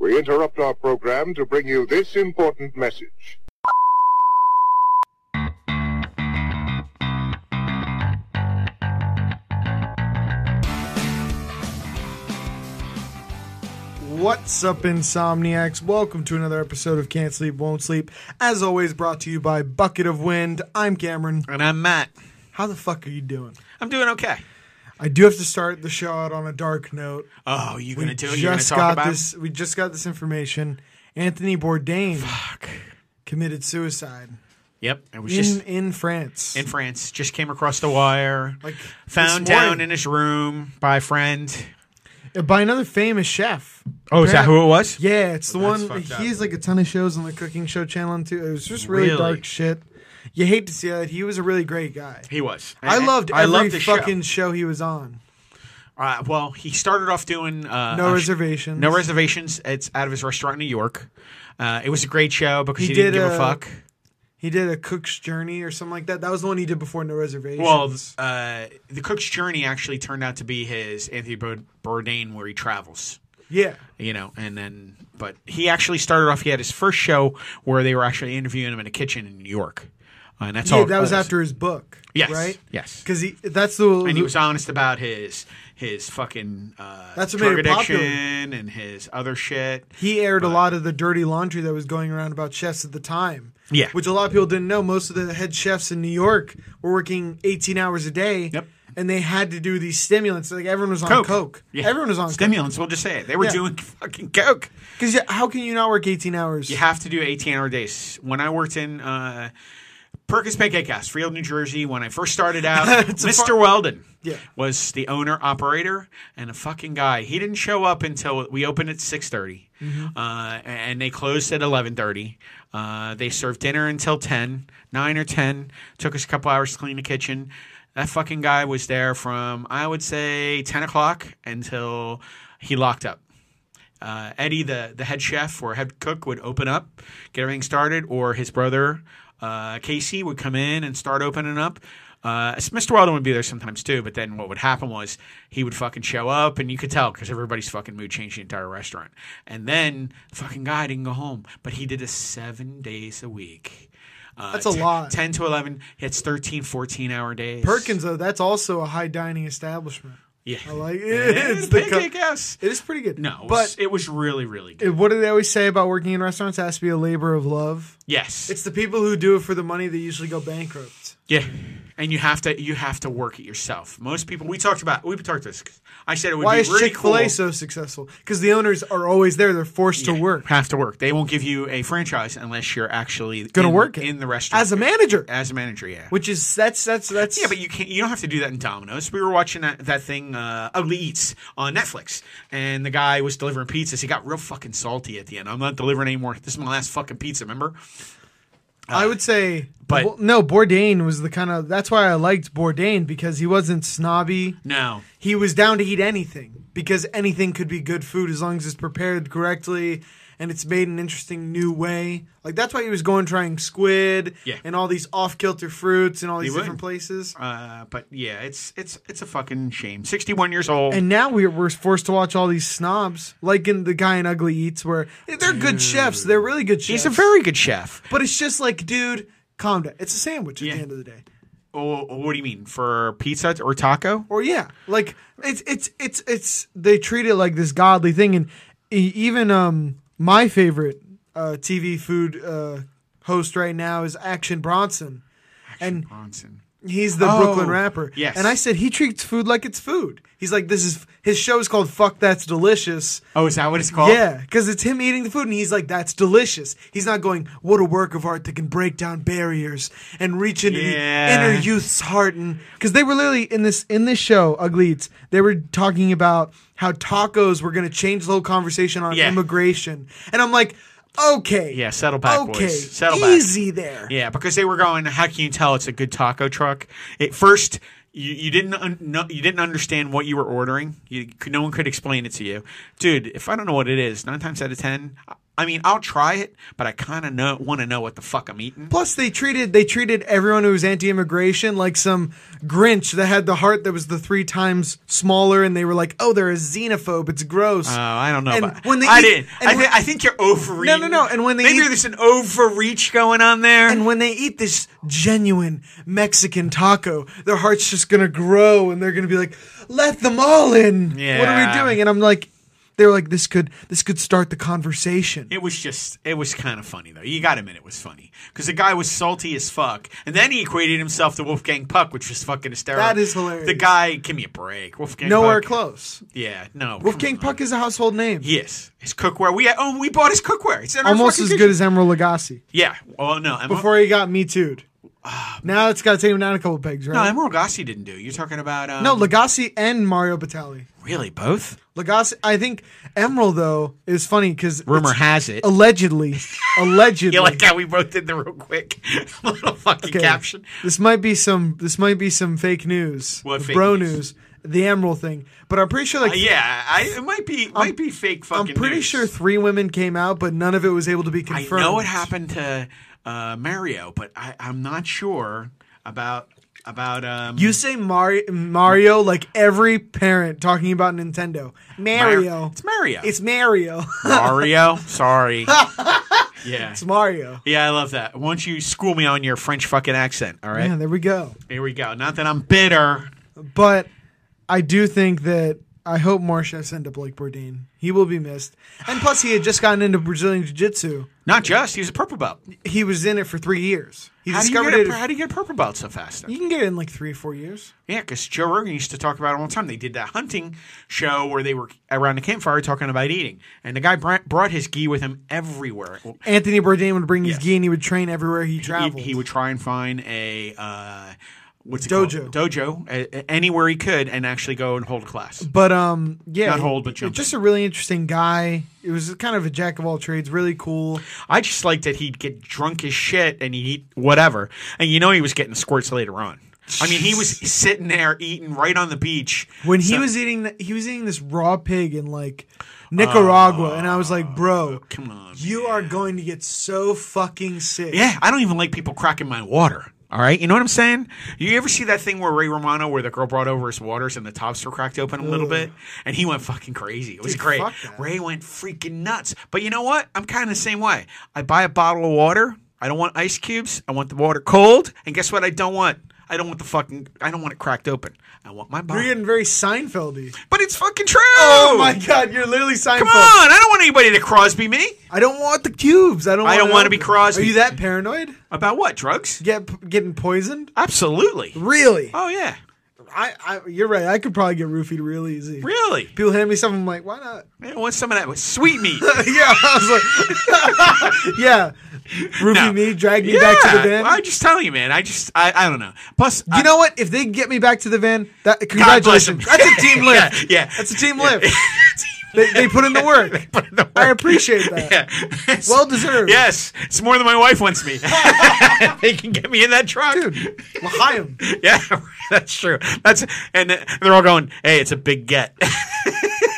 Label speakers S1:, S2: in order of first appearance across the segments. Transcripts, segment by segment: S1: We interrupt our program to bring you this important message.
S2: What's up, insomniacs? Welcome to another episode of Can't Sleep, Won't Sleep. As always, brought to you by Bucket of Wind. I'm Cameron.
S3: And I'm Matt.
S2: How the fuck are you doing?
S3: I'm doing okay.
S2: I do have to start the show out on a dark note.
S3: Oh, you gonna do it? You gonna
S2: just
S3: talk
S2: got
S3: about
S2: this. We just got this information. Anthony Bourdain
S3: Fuck.
S2: committed suicide
S3: Yep. It was
S2: in
S3: just
S2: in France.
S3: in France. Just came across the wire.
S2: like
S3: found
S2: this morning, Uh,
S3: down in his room by a friend.
S2: by another famous chef.
S3: Oh, is that who it was?
S2: Yeah, it's the
S3: That's
S2: one.
S3: fucked up.
S2: He has like a ton of shows on the cooking show channel and too. It was just really,
S3: Really?
S2: dark shit. You hate to see that. He was a really great guy.
S3: He was.
S2: I
S3: And-
S2: loved
S3: I
S2: every
S3: loved the show.
S2: fucking show. he was on.
S3: Uh, well, he started off doing uh,
S2: No
S3: a sh-
S2: reservations.
S3: No reservations. It's out of his restaurant in New York. Uh, it was a great show because
S2: He
S3: he, didn't
S2: did,
S3: give a
S2: uh,
S3: fuck.
S2: He did a Cook's Journey or something like that. That was the one he did before No Reservations.
S3: Well, uh, the Cook's Journey actually turned out to be his Anthony Bour- Bourdain, where he travels.
S2: yeah,
S3: you know and then but he actually started off he had his first show where they were actually interviewing him in a kitchen in new york and that's
S2: yeah.
S3: all it
S2: That was after his book.
S3: yes
S2: right.
S3: yes
S2: Because he that's the
S3: and he was honest about his his fucking uh
S2: That's what
S3: drug
S2: made it
S3: addiction
S2: popular.
S3: and his other shit
S2: he aired a lot of the dirty laundry that was going around about chefs at the time.
S3: Yeah.
S2: Which a lot of people didn't know. Most of the head chefs in New York were working 18 hours a day.
S3: Yep.
S2: And they had to do these stimulants. Like everyone was on coke.
S3: Coke.
S2: Yeah. Everyone was on coke.
S3: stimulants we'll just say it they were
S2: Yeah.
S3: doing fucking coke
S2: Because how can you not work 18 hours?
S3: you have to do 18 hour days when i worked in uh Perkins Pancake House, Field, New Jersey. When I first started out,
S2: It's a
S3: Mr. Weldon
S2: Yeah.
S3: was the owner operator and a fucking guy. He didn't show up until we opened at six
S2: Mm-hmm.
S3: uh, and they closed at eleven thirty. Uh, they served dinner until 10, 9 or ten. Took us a couple hours to clean the kitchen. That fucking guy was there from I would say ten o'clock until he locked up. Uh, Eddie, the the head chef or head cook, would open up, get everything started, or his brother uh, Casey would come in and start opening up. Uh, Mr. Weldon would be there sometimes too, but then what would happen was he would fucking show up, and you could tell because everybody's fucking mood changed the entire restaurant. And then the fucking guy didn't go home, but he did this seven days a week. Uh,
S2: That's a
S3: t-
S2: lot.
S3: 10 to 11, it's 13, 14 hour days.
S2: Perkins, though, that's also a high dining establishment.
S3: Yeah.
S2: I like it.
S3: it's
S2: It's the co-
S3: pancake house.
S2: It is pretty good.
S3: No, it was,
S2: But
S3: it was really, really good.
S2: it- what do they always say about working in restaurants? It has to be a labor of love.
S3: yes.
S2: It's the people who do it for the money that usually go bankrupt.
S3: Yeah, and you have to you have to work it yourself. Most people we talked about we talked this. I said it would
S2: Why
S3: be
S2: is
S3: really
S2: Chick Fil A
S3: cool.
S2: so successful? Because the owners are always there; they're forced to work
S3: have to work. They won't give you a franchise unless you're actually
S2: Gonna
S3: in-
S2: work it.
S3: in the restaurant
S2: as a manager,
S3: as a manager. Yeah,
S2: which is that's that's that's
S3: yeah, but you can't. You don't have to do that in Domino's. We were watching that, that thing, uh, Ugly Eats, on Netflix, and the guy was delivering pizzas. He got real fucking salty at the end. I'm not delivering anymore. This is my last fucking pizza. Remember?
S2: I would say,
S3: but-
S2: well, no, Bourdain was the kind of that's why I liked Bourdain because he wasn't snobby.
S3: No.
S2: He was down to eat anything because anything could be good food as long as it's prepared correctly and it's made in an interesting new way. Like that's why he was going trying squid
S3: Yeah.
S2: and all these off kilter fruits and all these
S3: would.
S2: different places.
S3: Uh, but yeah, it's it's it's a fucking shame. 61 years old.
S2: And now we're, we're forced to watch all these snobs, like in the guy in Ugly Eats, where they're good chefs. They're really good chefs.
S3: He's a very good chef.
S2: but it's just like, dude, calm down. It's a sandwich at
S3: Yeah.
S2: the end of the day.
S3: Oh, what do you mean for pizza or taco?
S2: Or yeah, like it's it's it's it's they treat it like this godly thing, and e- even um my favorite uh, TV food uh, host right now is Action Bronson. And
S3: Bronson.
S2: He's the
S3: Oh,
S2: Brooklyn rapper.
S3: yes.
S2: And I said he treats food like it's food. He's like, this is his show is called "Fuck That's Delicious,"
S3: Oh, is that what it's called?
S2: Yeah, because it's him eating the food, and he's like, "That's delicious." He's not going, "What a work of art that can break down barriers and reach into
S3: Yeah.
S2: the inner youth's heart." And because they were literally in this in this show, Ugly Eats, they were talking about how tacos were going to change the whole conversation on
S3: Yeah.
S2: immigration, and I'm like, "Okay,
S3: Yeah, settle back,
S2: okay,
S3: boys. Settle back.
S2: easy there."
S3: Yeah, because they were going. How can you tell it's a good taco truck? At first, you, you didn't un- no, you didn't understand what you were ordering. You could- no one could explain it to you, dude. If I don't know what it is, nine times out of ten, I- I mean, I'll try it, but I kind of know want to know what the fuck I'm eating.
S2: Plus, they treated they treated everyone who was anti-immigration like some Grinch that had the heart that was the three times smaller, and they were like, "Oh, they're a xenophobe. It's gross."
S3: Oh, I don't know.
S2: And
S3: about,
S2: when they
S3: I
S2: eat-
S3: didn't.
S2: and
S3: I, thi-
S2: when-
S3: I think you're overreaching.
S2: no, no. And when they
S3: maybe
S2: eat-
S3: there's an overreach going on there.
S2: and when they eat this genuine Mexican taco, their heart's just gonna grow, and they're gonna be like, "Let them all in." What are
S3: Yeah.
S2: we doing? And I'm like, they were like, "This could this could start the conversation."
S3: It was just, it was kind of funny though. You got to admit it was funny because the guy was salty as fuck, and then he equated himself to Wolfgang Puck, which was fucking hysterical.
S2: That is hilarious.
S3: The guy, give me a break. Wolfgang
S2: Nowhere
S3: Puck.
S2: close.
S3: Yeah, no. come
S2: Wolfgang
S3: on.
S2: Puck is a household name,
S3: Yes, his cookware. We oh, we bought his cookware. It's in our
S2: almost
S3: fucking
S2: as
S3: kitchen.
S2: good as Emerald Lagasse
S3: Yeah. Well, no. Emerald,
S2: before he got Me Too'd. Now it's got to take him down a couple pegs, right?
S3: Ah. no, Emerald Gossi didn't do. it. You're talking about um,
S2: No, Lagasse and Mario Batali.
S3: really both.
S2: Lagasse, I think Emerald though is funny because
S3: Rumor has it.
S2: allegedly, allegedly.
S3: You like how we both did the real quick little fucking
S2: Okay,
S3: caption?
S2: This might be some. This might be some fake news.
S3: What fake
S2: bro
S3: news?
S2: news? The Emerald thing, but I'm pretty sure like.
S3: Uh, yeah, I, it might be might be fake
S2: I'm
S3: fucking.
S2: pretty
S3: news.
S2: sure three women came out, but none of it was able to be
S3: I
S2: confirmed.
S3: know it happened to uh, Mario, but I, I'm not sure about about um,
S2: You say Mario, Mario like every parent talking about Nintendo.
S3: Mar-
S2: Mario.
S3: It's Mario.
S2: It's Mario.
S3: Mario. Sorry. yeah.
S2: it's Mario.
S3: Yeah, I love that. Why don't you school me on your French fucking accent? All right.
S2: Yeah, there we go.
S3: Here we go. Not that I'm bitter.
S2: But I do think that I hope more chefs end up like Bourdain. He will be missed. And plus, he had just gotten into Brazilian Jiu Jitsu.
S3: Not just. He was a purple belt.
S2: He was in it for three years. He
S3: How do, you
S2: discovered
S3: get
S2: it.
S3: a, how do you get a purple belt so fast?
S2: you can get it in like three or four years.
S3: Yeah, because Joe Rogan used to talk about it all the time. They did that hunting show where they were around the campfire talking about eating, and the guy br- brought his gi with him everywhere.
S2: Anthony Bourdain would bring his
S3: Yes.
S2: gi and he would train everywhere he
S3: He,
S2: traveled.
S3: he would try and find a uh, what's it
S2: Dojo.
S3: called? dojo a- a- anywhere he could, and actually go and hold a class.
S2: But um, yeah,
S3: Not hold, but
S2: he-
S3: jump
S2: just a really interesting guy. It was kind of a jack of all trades, really cool.
S3: I just liked that he'd get drunk as shit and he'd eat whatever, and you know he was getting squirts later on. I mean, he was sitting there eating right on the beach
S2: When he
S3: So- Oh,
S2: was eating, th- he was eating this raw pig in like Nicaragua, and I was like, "Bro,
S3: come on,
S2: you are going to get so fucking sick."
S3: Yeah, I don't even like people cracking my water. All right, you know what I'm saying? You ever see that thing where Ray Romano, where the girl brought over his waters and the tops were cracked open a little bit, and he went fucking crazy. It was great.
S2: fuck that.
S3: Ray went freaking nuts. But you know what? I'm kind of the same way. I buy a bottle of water. I don't want ice cubes. I want the water cold. And guess what? I don't want. I don't want the fucking. I don't want it cracked open. I want my
S2: You're
S3: bottle.
S2: getting very Seinfeldy.
S3: But it's fucking true.
S2: Oh my god, you're literally Seinfeld.
S3: Come on! I don't want anybody to Crosby me
S2: I don't want the cubes. I don't.
S3: I
S2: want
S3: don't
S2: it
S3: wanna be
S2: open.
S3: Crosby.
S2: Are you that paranoid?
S3: about what drugs.
S2: Get p- getting poisoned?
S3: Absolutely.
S2: Really?
S3: Oh yeah.
S2: I, I you're right. I could probably get roofied real easy.
S3: Really.
S2: People hand me something I'm like, why not?
S3: I want some of that sweet meat.
S2: yeah, I was like, yeah. Ruby
S3: No.
S2: me, drag me back to the van.
S3: I'm just telling you, man. I just, I, I don't know. Plus,
S2: you know what? If they can get me back to the van, that
S3: God bless
S2: congratulations.
S3: them.
S2: That's a team lift.
S3: Yeah, yeah.
S2: that's a team lift. they, they put in the work. I appreciate that.
S3: yeah.
S2: Well deserved,
S3: yes, it's more than my wife wants me. they can get me in that truck.
S2: dude. L'chaim.
S3: Yeah, that's true. That's and they're all going, "Hey, it's a big get."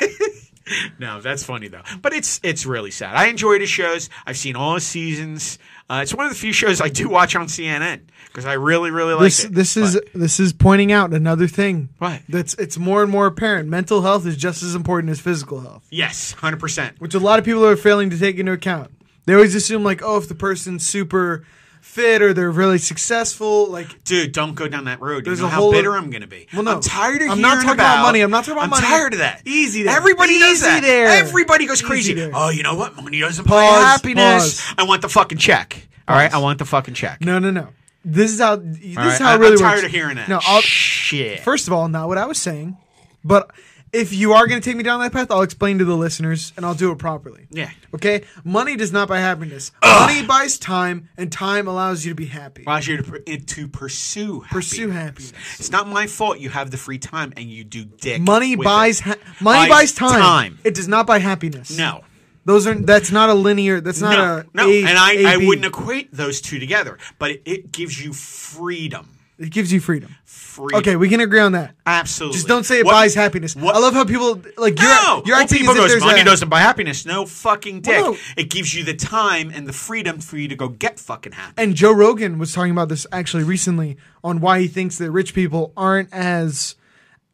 S3: no, that's funny though. But it's it's really sad. I enjoyed his shows. I've seen all his seasons. Uh, it's one of the few shows I do watch on CNN because I really really like
S2: This
S3: it.
S2: this is
S3: But-
S2: this is pointing out another thing.
S3: What?
S2: That's it's more and more apparent. Mental health is just as important as physical health.
S3: yes, hundred percent.
S2: which a lot of people are failing to take into account. They always assume like, oh, if the person's super fit or they're really successful, like
S3: dude, don't go down that road.
S2: There's
S3: you know
S2: a
S3: how
S2: whole-
S3: bitter I'm going to be.
S2: Well, no.
S3: I'm tired of
S2: I'm
S3: hearing
S2: not talking about money. I'm not talking about money.
S3: I'm tired of that.
S2: Easy there.
S3: Everybody does
S2: Easy
S3: that.
S2: there.
S3: Everybody goes
S2: Easy
S3: crazy.
S2: there.
S3: Oh, you know what? Money doesn't buy
S2: Pause,
S3: happiness.
S2: pause.
S3: I want the fucking check. All right, I want the fucking check.
S2: no, no, no. This is how this
S3: All right,
S2: is how
S3: I-
S2: it really
S3: I'm
S2: works.
S3: tired of hearing that.
S2: No, I'll,
S3: shit.
S2: first of all, not what I was saying, but if you are going to take me down that path, I'll explain to the listeners and I'll do it properly.
S3: yeah.
S2: Okay, money does not buy happiness. Money buys time, and time allows you to be happy.
S3: Allows you to, pr- to pursue happiness.
S2: Pursue happiness.
S3: It's not my fault you have the free time and you do dick.
S2: Money
S3: with
S2: buys
S3: it.
S2: ha- money buys,
S3: Buys
S2: time.
S3: time.
S2: It does not buy happiness.
S3: No.
S2: Those are that's not a linear. That's not
S3: no,
S2: a
S3: no.
S2: A-
S3: and I I
S2: AB.
S3: wouldn't equate those two together, but it, it gives you freedom.
S2: It gives you freedom.
S3: Free.
S2: Okay, we can agree on that.
S3: Absolutely.
S2: Just don't say it
S3: What-
S2: buys happiness.
S3: what-
S2: I love how people like you're,
S3: No,
S2: you're
S3: Old
S2: acting
S3: people
S2: as if
S3: goes
S2: there's
S3: money
S2: a,
S3: doesn't buy happiness. No fucking dick.
S2: Well, no.
S3: It gives you the time and the freedom for you to go get fucking happy.
S2: and Joe Rogan was talking about this actually recently on why he thinks that rich people aren't as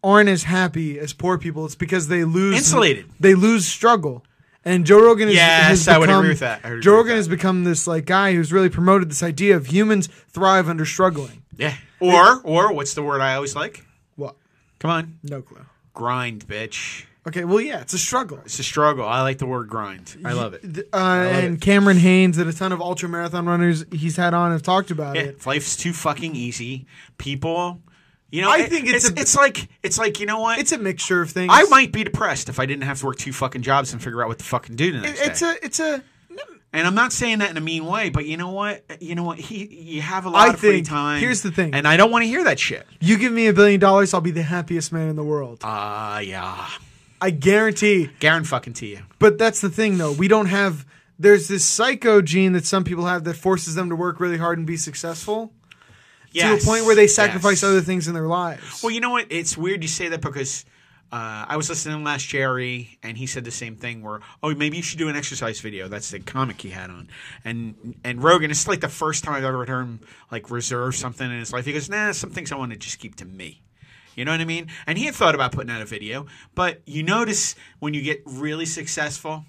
S2: aren't as happy as poor people. It's because they lose
S3: Insulated.
S2: They lose struggle. And Joe Rogan is,
S3: Yes,
S2: has
S3: I
S2: become,
S3: would agree with that. I would
S2: Joe
S3: agree with
S2: Rogan
S3: that.
S2: has become this like guy who's really promoted this idea of humans thrive under struggling.
S3: Yeah. Or or what's the word I always like?
S2: What?
S3: Come on,
S2: No clue.
S3: grind, bitch.
S2: Okay, well, yeah, it's a struggle.
S3: It's a struggle. I like the word grind. I love it.
S2: Th- Uh, and Cameron Haynes and a ton of ultra marathon runners he's had on have talked about
S3: Yeah,
S2: it.
S3: life's too fucking easy. People, you know,
S2: I
S3: it-
S2: think it's
S3: it's
S2: a-
S3: it's like it's like you know what?
S2: It's a mixture of things.
S3: I might be depressed if I didn't have to work two fucking jobs and figure out what to fucking do the next
S2: It's
S3: day.
S2: a. It's a.
S3: and I'm not saying that in a mean way, but you know what? You know what? He you have a
S2: I
S3: lot of free
S2: think-
S3: time.
S2: here's the thing.
S3: and I don't want to hear that shit.
S2: You give me a billion dollars, I'll be the happiest man in the world.
S3: Ah, yeah,
S2: I guarantee.
S3: Garen fucking to you.
S2: But that's the thing, though. We don't have. There's this psycho gene that some people have that forces them to work really hard and be successful to
S3: Yes.
S2: a point where they sacrifice
S3: Yes.
S2: other things in their lives.
S3: Well, you know what? It's weird you say that because uh, I was listening to last Jerry, and he said the same thing. Where oh, maybe you should do an exercise video. That's the comic he had on, and and Rogan. It's like the first time I've ever heard him like reserve something in his life. He goes, nah, some things I want to just keep to me. You know what I mean? And he had thought about putting out a video, but you notice when you get really successful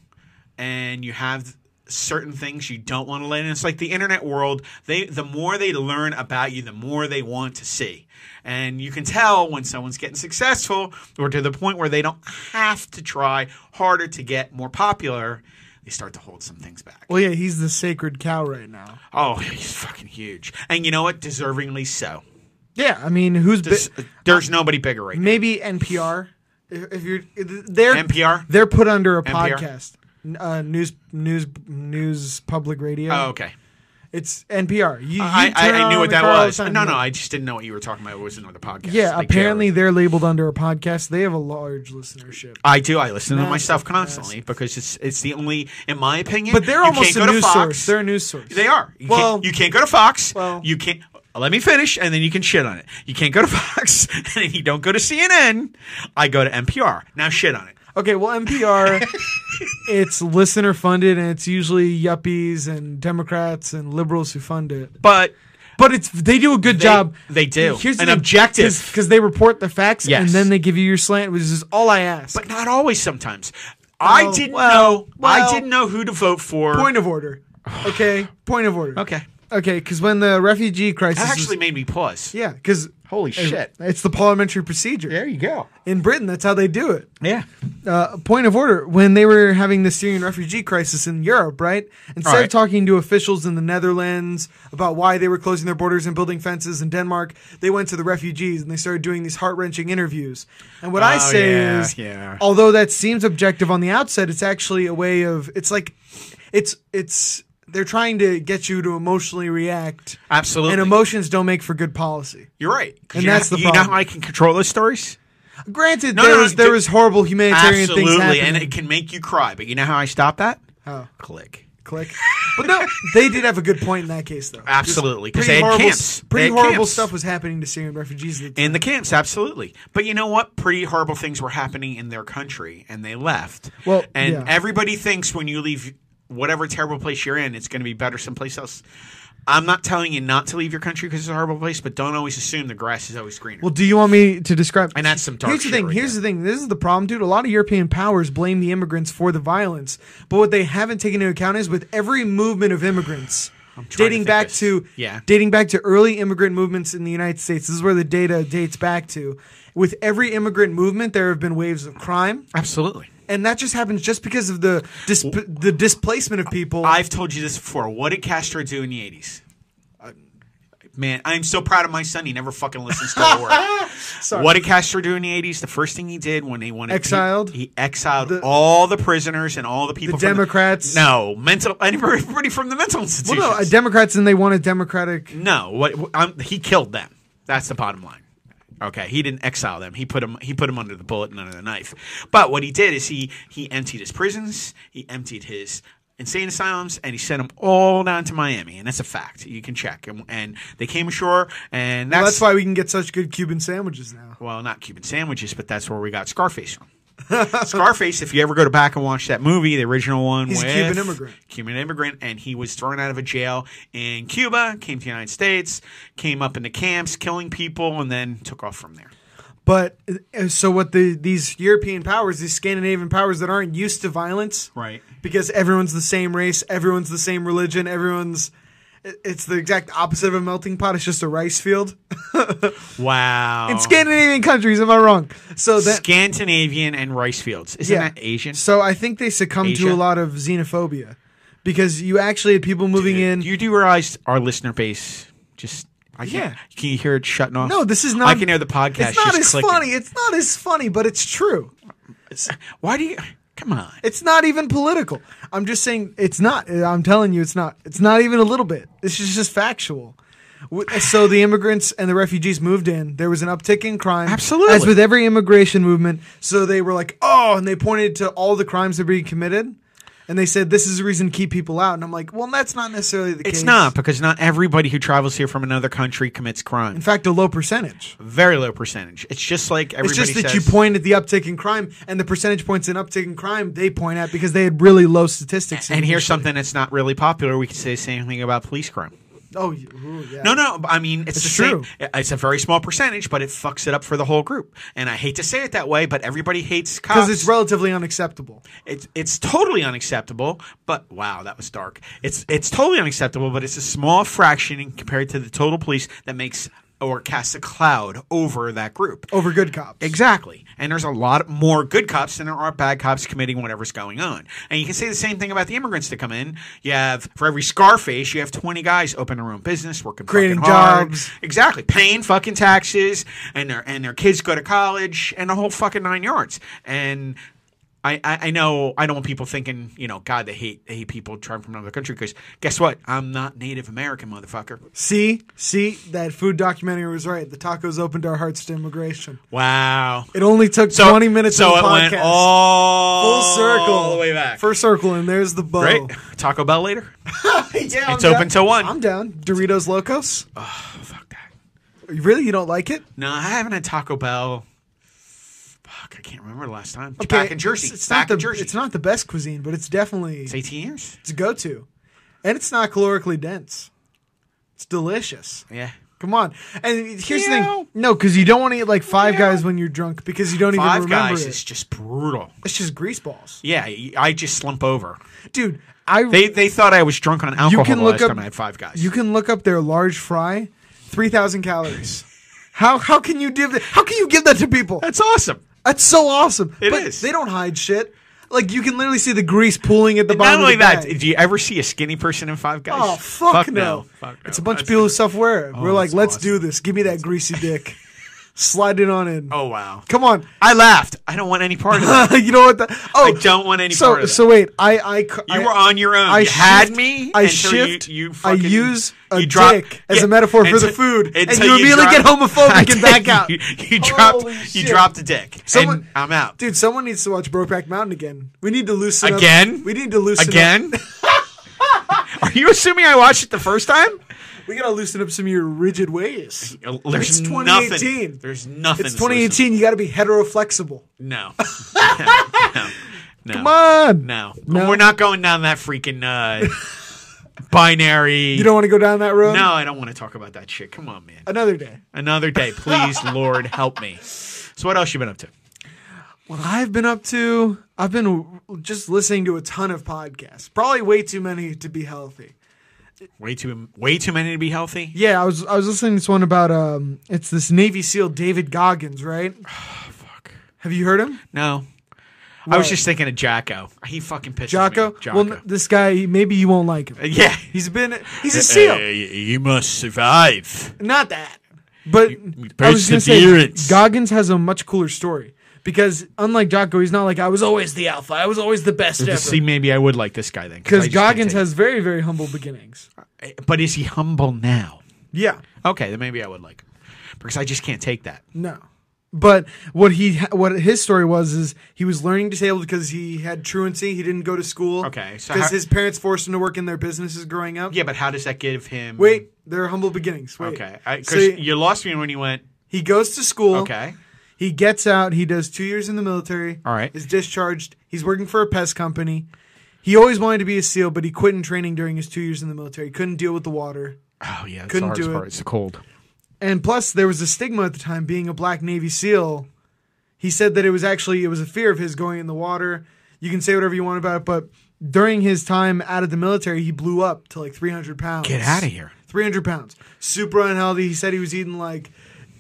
S3: and you have certain things you don't want to let in. It's like the internet world. They the more they learn about you, the more they want to see. And you can tell when someone's getting successful or to the point where they don't have to try harder to get more popular, they start to hold some things back.
S2: well, yeah, he's the sacred cow right now.
S3: Oh, he's fucking huge. And you know what? Deservingly so.
S2: Yeah, I mean, who's bi-
S3: There's, there's nobody bigger right now.
S2: maybe NPR? If if you're, they're
S3: NPR?
S2: They're put under a
S3: NPR?
S2: podcast, N- uh, news, news, news, public radio.
S3: Oh, okay.
S2: It's NPR. You, you
S3: I, I,
S2: turn
S3: I knew
S2: on
S3: what
S2: the
S3: that
S2: car all the
S3: was.
S2: time.
S3: No, no, I just didn't know what you were talking about. It wasn't on the podcast.
S2: Yeah,
S3: Like
S2: apparently
S3: Jared.
S2: they're labeled under a podcast. They have a large listenership.
S3: I do. I listen to
S2: Massive,
S3: myself constantly because it's it's the only, in my opinion.
S2: But they're
S3: you
S2: almost
S3: can't go
S2: a
S3: to
S2: news
S3: Fox.
S2: source. They're a news source.
S3: They are. You
S2: Well-
S3: can't, you can't go to Fox.
S2: Well-
S3: you can't. Let me finish, and then you can shit on it. You can't go to Fox, and if you don't go to CNN. I go to NPR. Now shit on it.
S2: Okay, well, NPR, it's listener funded and it's usually yuppies and Democrats and liberals who fund it.
S3: But
S2: But it's they do a good job.
S3: they do. An objective.
S2: because they report the facts
S3: Yes.
S2: and then they give you your slant, which is all I ask.
S3: but not always. Sometimes I
S2: Oh,
S3: didn't
S2: well,
S3: know. I
S2: well.
S3: didn't know who to vote for.
S2: point of order, okay? Point of order,
S3: Okay,
S2: okay? Because when the refugee crisis,
S3: that
S2: was-
S3: actually made me pause.
S2: yeah, because
S3: Holy shit!
S2: it's the parliamentary procedure
S3: There you go.
S2: in Britain. That's how they do it.
S3: Yeah.
S2: uh, point of order when they were having the Syrian refugee crisis in Europe, right? Instead of
S3: Right.
S2: talking to officials in the Netherlands about why they were closing their borders and building fences in Denmark, they went to the refugees and they started doing these heart wrenching interviews. And what I
S3: Oh,
S2: say
S3: yeah,
S2: is,
S3: yeah.
S2: although that seems objective on the outset, it's actually a way of it's like it's it's they're trying to get you to emotionally react,
S3: Absolutely.
S2: and emotions don't make for good policy.
S3: You're right. 'Cause
S2: And
S3: you
S2: that's
S3: know,
S2: the
S3: You know
S2: problem.
S3: how I can control those stories?
S2: Granted,
S3: No,
S2: there
S3: no,
S2: was
S3: no,
S2: there
S3: d-
S2: was horrible humanitarian things
S3: Absolutely.
S2: happening,
S3: And it can make you cry. But you know how I stop that?
S2: How?
S3: Click.
S2: click. But no, they did have a good point in that case, though.
S3: Absolutely, 'cause
S2: Pretty
S3: they had
S2: horrible,
S3: camps. They
S2: Pretty
S3: had
S2: horrible
S3: camps.
S2: stuff was happening to Syrian refugees. At the
S3: In the camps, absolutely. But you know what? Pretty horrible things were happening in their country and they left.
S2: Well,
S3: and
S2: yeah.
S3: everybody thinks when you leave whatever terrible place you're in, it's going to be better someplace else. I'm not telling you not to leave your country because it's a horrible place, but don't always assume the grass is always greener.
S2: well, do you want me to describe?
S3: And that's some dark
S2: Here's the
S3: shit
S2: thing.
S3: right
S2: here's
S3: there.
S2: the thing. This is the problem, dude. A lot of European powers blame the immigrants for the violence, but what they haven't taken into account is with every movement of immigrants.
S3: trying to
S2: Dating
S3: think
S2: back
S3: this.
S2: to
S3: Yeah.
S2: dating back to early immigrant movements in the United States, this is where the data dates back to. With every immigrant movement, there have been waves of crime,
S3: absolutely.
S2: and that just happens just because of the dis- the displacement of people.
S3: I've told you this before. What did Castro do in the 80s?
S2: Uh,
S3: Man, I'm so proud of my son. He never fucking listens to a word.
S2: Sorry.
S3: What did Castro do in the 80s? The first thing he did when he wanted
S2: Exiled?
S3: he, he exiled all the prisoners and all the people.
S2: The
S3: from
S2: Democrats?
S3: no, mental. Anybody, everybody from the mental institutions.
S2: Well, no, uh, Democrats and they want a Democratic.
S3: no, what I'm, he killed them. That's the bottom line. Okay, he didn't exile them. He put them. He put them under the bullet and under the knife. But what he did is he he emptied his prisons. He emptied his insane asylums, and he sent them all down to Miami, and that's a fact. You can check. And, and they came ashore, and
S2: Well,
S3: that's
S2: that's why we can get such good Cuban sandwiches now.
S3: well, not Cuban sandwiches, but that's where we got Scarface from. Scarface, if you ever go to back and watch that movie, the original one,
S2: He's a
S3: with
S2: Cuban immigrant.
S3: Cuban immigrant, and he was thrown out of a jail in Cuba, came to the United States, came up into camps, killing people, and then took off from there.
S2: But uh, so what the these European powers, these Scandinavian powers that aren't used to violence,
S3: Right.
S2: Because everyone's the same race, everyone's the same religion, everyone's it- it's the exact opposite of a melting pot. It's just a rice field.
S3: Oh. Wow.
S2: In Scandinavian countries, am I wrong? So that
S3: Scandinavian and rice fields. Isn't
S2: yeah.
S3: that Asian?
S2: So I think they succumbed to
S3: Asia?
S2: a lot of xenophobia because you actually had people moving in.
S3: You do realize our listener base just. I can't,
S2: Yeah.
S3: Can you hear it shutting off?
S2: no, this is not.
S3: I can hear the podcast.
S2: It's not
S3: just
S2: as
S3: clicking.
S2: funny. It's not as funny, but it's true.
S3: Why do you? Come on.
S2: It's not even political. I'm just saying it's not. I'm telling you, it's not. It's not even a little bit. This is just factual. W- So the immigrants and the refugees moved in. There was an uptick in crime,
S3: Absolutely.
S2: as with every immigration movement. So they were like, "Oh," and they pointed to all the crimes that were being committed, and they said, "This is the reason to keep people out." And I'm like, "Well, that's not necessarily the case.
S3: It's not because not everybody who travels here from another country commits crime.
S2: In fact, a low percentage.
S3: Very low percentage. It's just like everybody
S2: It's just that
S3: says,
S2: you point at the uptick in crime, and the percentage points in uptick in crime they point at because they had really low statistics.
S3: And here's something that's not really popular. We could say the same thing about police crime.
S2: Oh, y- ooh, yeah.
S3: No, no. I mean, it's, the
S2: true.
S3: Same. It's a very small percentage, but it fucks it up for the whole group. And I hate to say it that way, but everybody hates cops.
S2: because it's relatively unacceptable.
S3: It's it's totally unacceptable, but wow, that was dark. It's it's totally unacceptable, but it's a small fraction compared to the total police that makes or casts a cloud over that group.
S2: over good cops.
S3: Exactly. And there's a lot more good cops than there are bad cops committing whatever's going on. And you can say the same thing about the immigrants that come in. You have, for every Scarface, you have 20 guys open their own business, working
S2: Creating
S3: fucking hard.
S2: jobs.
S3: Exactly. Paying fucking taxes, and their, and their kids go to college, and the whole fucking nine yards. And. I, I, I know I don't want people thinking you know God they hate they hate people trying from another country because guess what I'm not Native American motherfucker
S2: See, see, that food documentary was right. The tacos opened our hearts to immigration.
S3: wow
S2: It only took
S3: so,
S2: 20 minutes
S3: so
S2: of
S3: it
S2: the podcast.
S3: went all
S2: full circle.
S3: all the way back
S2: First circle, and there's the bow.
S3: Great. Taco Bell later.
S2: yeah,
S3: It's open till one. Oh,
S2: I'm down. Doritos Locos.
S3: Fuck that.
S2: Really? You don't like it?
S3: No, I haven't had Taco Bell. Fuck, I can't remember the last time. Back in Jersey.
S2: It's, it's
S3: back
S2: not the,
S3: in Jersey.
S2: It's not the best cuisine, but it's definitely
S3: It's 18 years.
S2: it's a go to. And it's not calorically dense. It's delicious.
S3: Yeah.
S2: Come on. And here's the
S3: Meow.
S2: thing. No, because you don't want to eat like five guys when you're drunk because you don't
S3: Five
S2: even remember
S3: Guys
S2: it.
S3: is just brutal.
S2: It's just grease balls.
S3: Yeah, y- I just slump over.
S2: Dude, I
S3: They they thought I was drunk on alcohol
S2: you can
S3: the
S2: look
S3: last
S2: up
S3: time I had Five Guys.
S2: You can look up their large fry, three thousand calories. how how can you give that? How can you give that to people?
S3: That's awesome.
S2: That's so awesome.
S3: It
S2: It is.
S3: is.
S2: They don't hide shit. Like you can literally see the grease pooling at the
S3: Not
S2: bottom.
S3: only
S2: of the
S3: that,
S2: bag.
S3: do you ever see a skinny person in Five Guys?
S2: Oh fuck, no.
S3: Fuck no.
S2: It's a bunch
S3: That's Oh,
S2: of people who self-aware. We're like,
S3: that's
S2: let's
S3: awesome.
S2: do this. Give me that greasy dick. Slide it on in.
S3: Oh, wow.
S2: Come on.
S3: I laughed. I don't want any part of that.
S2: you know what? The, oh,
S3: I don't want any
S2: so,
S3: part of that.
S2: So wait, I I c-
S3: You
S2: I-
S3: were on your own.
S2: I
S3: you had
S2: shift-
S3: me.
S2: I
S3: until you-
S2: shift.
S3: You,
S2: I
S3: fucking,
S2: use a
S3: you drop,
S2: dick as
S3: yeah,
S2: a metaphor for
S3: until-
S2: the food, and
S3: until
S2: you immediately
S3: drop-
S2: get homophobic and back
S3: you-
S2: out.
S3: You, dropped.
S2: Holy
S3: You
S2: shit.
S3: dropped a dick.
S2: Someone-
S3: and I'm out
S2: Dude, someone needs to watch Brokeback Mountain again. We need to loosen up.
S3: Again?
S2: We need to loosen up.
S3: again. Are you assuming I watched it the first time?
S2: We gotta loosen up some of your rigid ways.
S3: There's
S2: It's
S3: nothing.
S2: 2018.
S3: There's nothing.
S2: It's
S3: to listen-
S2: 2018. You gotta be heteroflexible.
S3: No. no. No. No.
S2: Come on.
S3: No.
S2: No.
S3: We're not going down that freaking uh, binary.
S2: You don't want to go down that road.
S3: no, I don't want to talk about that shit. Come on, man.
S2: Another day.
S3: Another day, please, Lord, help me. So, what else you been up to?
S2: Well, I've been up to. I've been just listening to a ton of podcasts. Probably way too many to be healthy.
S3: Way too, way too many to be healthy.
S2: Yeah, I was I was listening to this one about um it's this Navy SEAL David Goggins, right?
S3: Fuck.
S2: Have you heard him?
S3: No, I was
S2: What?
S3: just thinking of Jocko. He fucking pisses
S2: Jocko?
S3: me. Uh,
S2: Well, n- this guy he- maybe you won't like him.
S3: yeah, Uh,
S2: He's been he's a SEAL.
S3: you must survive.
S2: Not that. But
S3: You-
S2: I was gonna say
S3: perseverance.
S2: Goggins has a much cooler story. Because unlike Jocko, he's not like I was always the alpha, I was always the best
S3: See,
S2: ever.
S3: maybe I would like this guy then, I
S2: Because
S3: just can't
S2: Goggins
S3: take
S2: has very, very humble beginnings.
S3: it. But is he humble now?
S2: Yeah.
S3: Okay, then maybe I would like him because I just can't take that.
S2: No. But what he what his story was is he was learning disabled because he had truancy. He didn't go to school.
S3: Okay, so
S2: because
S3: how-
S2: his parents forced him to work in their businesses growing up.
S3: Yeah, but how does that give him?
S2: Wait, their humble beginnings. Wait.
S3: Okay, because
S2: So he,
S3: you lost me when you went.
S2: he goes to school.
S3: Okay.
S2: He gets out. He does two years in the military.
S3: All right.
S2: Is discharged. He's working for a pest company. He always wanted to be a SEAL, but he quit in training during his two years in the military. Couldn't deal with the water.
S3: Oh yeah, that's
S2: Couldn't
S3: the
S2: do
S3: hardest
S2: it.
S3: part. It's the cold.
S2: And plus, there was a stigma at the time being a black Navy SEAL. He said that it was actually it was a fear of his going in the water. You can say whatever you want about it, but during his time out of the military, he blew up to like 300 pounds.
S3: Get out of here.
S2: 300 pounds. Super unhealthy. He said he was eating like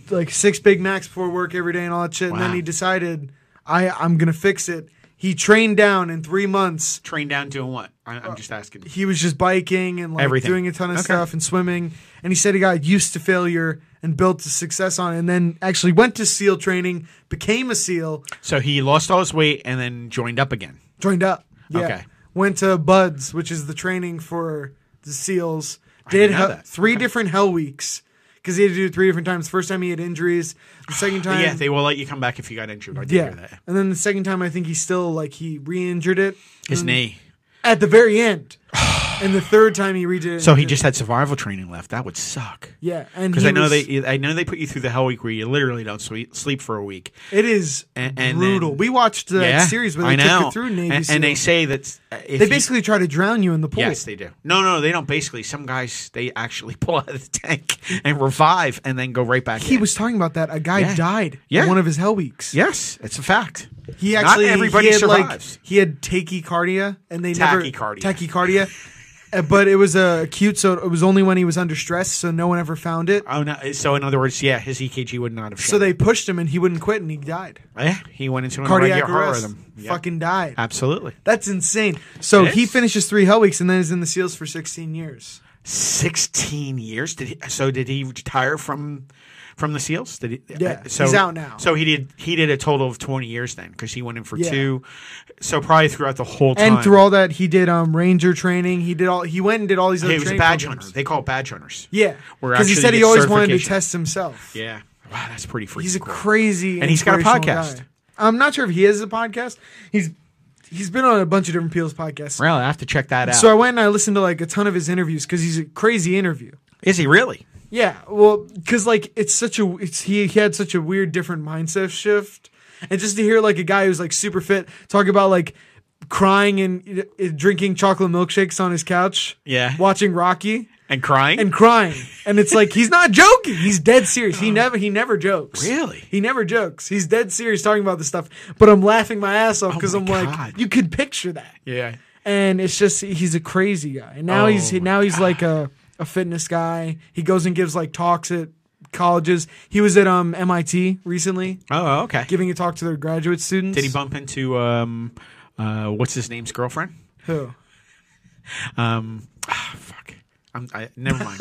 S2: like six Big Macs before work every day and all that shit. And then
S3: Wow.
S2: he decided, I I'm gonna fix it. He trained down in three months.
S3: Train down doing what? I, I'm just asking.
S2: He was just biking and like
S3: Everything.
S2: doing a ton of
S3: Okay.
S2: stuff and swimming. And he said he got used to failure and built a success on it. And then actually went to SEAL training, became a SEAL,
S3: So he lost all his weight and then joined up again.
S2: joined up. Yeah.
S3: Okay.
S2: Went to Buds, which is the training for the SEALs. Did
S3: know
S2: hell-
S3: that.
S2: three different Hell Weeks because he had to do it three different times. First time he had injuries. The second time,
S3: yeah, they will let you come back if you got injured. I did hear
S2: yeah.
S3: that.
S2: And then the second time, I think he still like he re-injured it
S3: His knee.
S2: at the very end. and the third time he redid it.
S3: So he just had survival training left. That would suck.
S2: Mm-hmm. yeah, and
S3: Because
S2: he
S3: I know
S2: was-
S3: they, I know they put you through the hell week where you literally don't sleep, sleep for a week.
S2: it is
S3: And- and
S2: brutal.
S3: then-
S2: we watched that
S3: yeah,
S2: series where
S3: I
S2: they
S3: know.
S2: took it through Navy
S3: and, and they
S2: SEAL.
S3: say that uh, if
S2: they
S3: you-
S2: basically try to drown you in the pool.
S3: Yes, they do. No, no, they don't. Basically, some guys they actually pull out of the tank and revive, and then go right back.
S2: He
S3: in.
S2: was talking about that. A guy
S3: Yeah.
S2: died in
S3: Yeah.
S2: one of his hell weeks.
S3: Yes, it's a fact.
S2: He
S3: Not
S2: actually
S3: everybody
S2: he had,
S3: survives.
S2: Like, he had tachycardia, and they never
S3: Tachycardia.
S2: tachycardia. Uh, but it was uh, acute, so it was only when he was under stress, so no one ever found it.
S3: Oh no! So in other words, yeah, his EKG would not have.
S2: So
S3: Shown
S2: they pushed him, and he wouldn't quit, and he died.
S3: yeah, he went into an
S2: Cardiac
S3: irregular heart
S2: arrest,
S3: rhythm. Yeah,
S2: fucking died.
S3: absolutely.
S2: That's insane. So
S3: It
S2: he
S3: is.
S2: finishes three hell weeks, and then is in the seals for sixteen years.
S3: Sixteen years. Did he, so? Did he retire from from the SEALs? Did he? uh,
S2: Yeah,
S3: so,
S2: he's out now.
S3: So he did. He did a total of twenty years then, because he went in for
S2: Yeah.
S3: two. So probably throughout the whole time.
S2: And through all that, he did um ranger training. He did all. He went and did all these other.
S3: he was a
S2: training
S3: badge
S2: programs.
S3: hunter. They call it badge hunters.
S2: Yeah,
S3: Where
S2: because he
S3: actually
S2: said
S3: you
S2: he
S3: get
S2: always wanted to
S3: certification.
S2: test himself.
S3: Yeah. Wow, that's pretty freaking.
S2: He's a
S3: cool.
S2: crazy,
S3: And he's got a
S2: inspirational
S3: podcast.
S2: guy. I'm not sure if he has a podcast. He's he's been on a bunch of different Peels podcasts.
S3: Really, I have to check that out.
S2: So I went and I listened to like a ton of his interviews because he's a crazy interview.
S3: is he really?
S2: Yeah, well, because like it's such a it's he, he had such a weird different mindset shift, and just to hear like a guy who's like super fit talk about like crying and uh, drinking chocolate milkshakes on his couch,
S3: Yeah.
S2: watching Rocky
S3: And crying?
S2: and crying, and it's like he's not joking. He's dead serious. He never he never jokes.
S3: Oh. Really?
S2: he never jokes. He's dead serious talking about this stuff. But I'm laughing my ass off because
S3: Oh my
S2: I'm
S3: God.
S2: like, you could picture that,
S3: yeah.
S2: and it's just he's a crazy guy. And now he's
S3: Oh,
S2: now he's like a a fitness guy. He goes and gives like talks at colleges. He was at um MIT recently
S3: Oh, okay.
S2: giving a talk to their graduate students.
S3: Did he bump into um, uh, what's his name's girlfriend?
S2: Who?
S3: Um, ah, fuck. I'm, I never mind.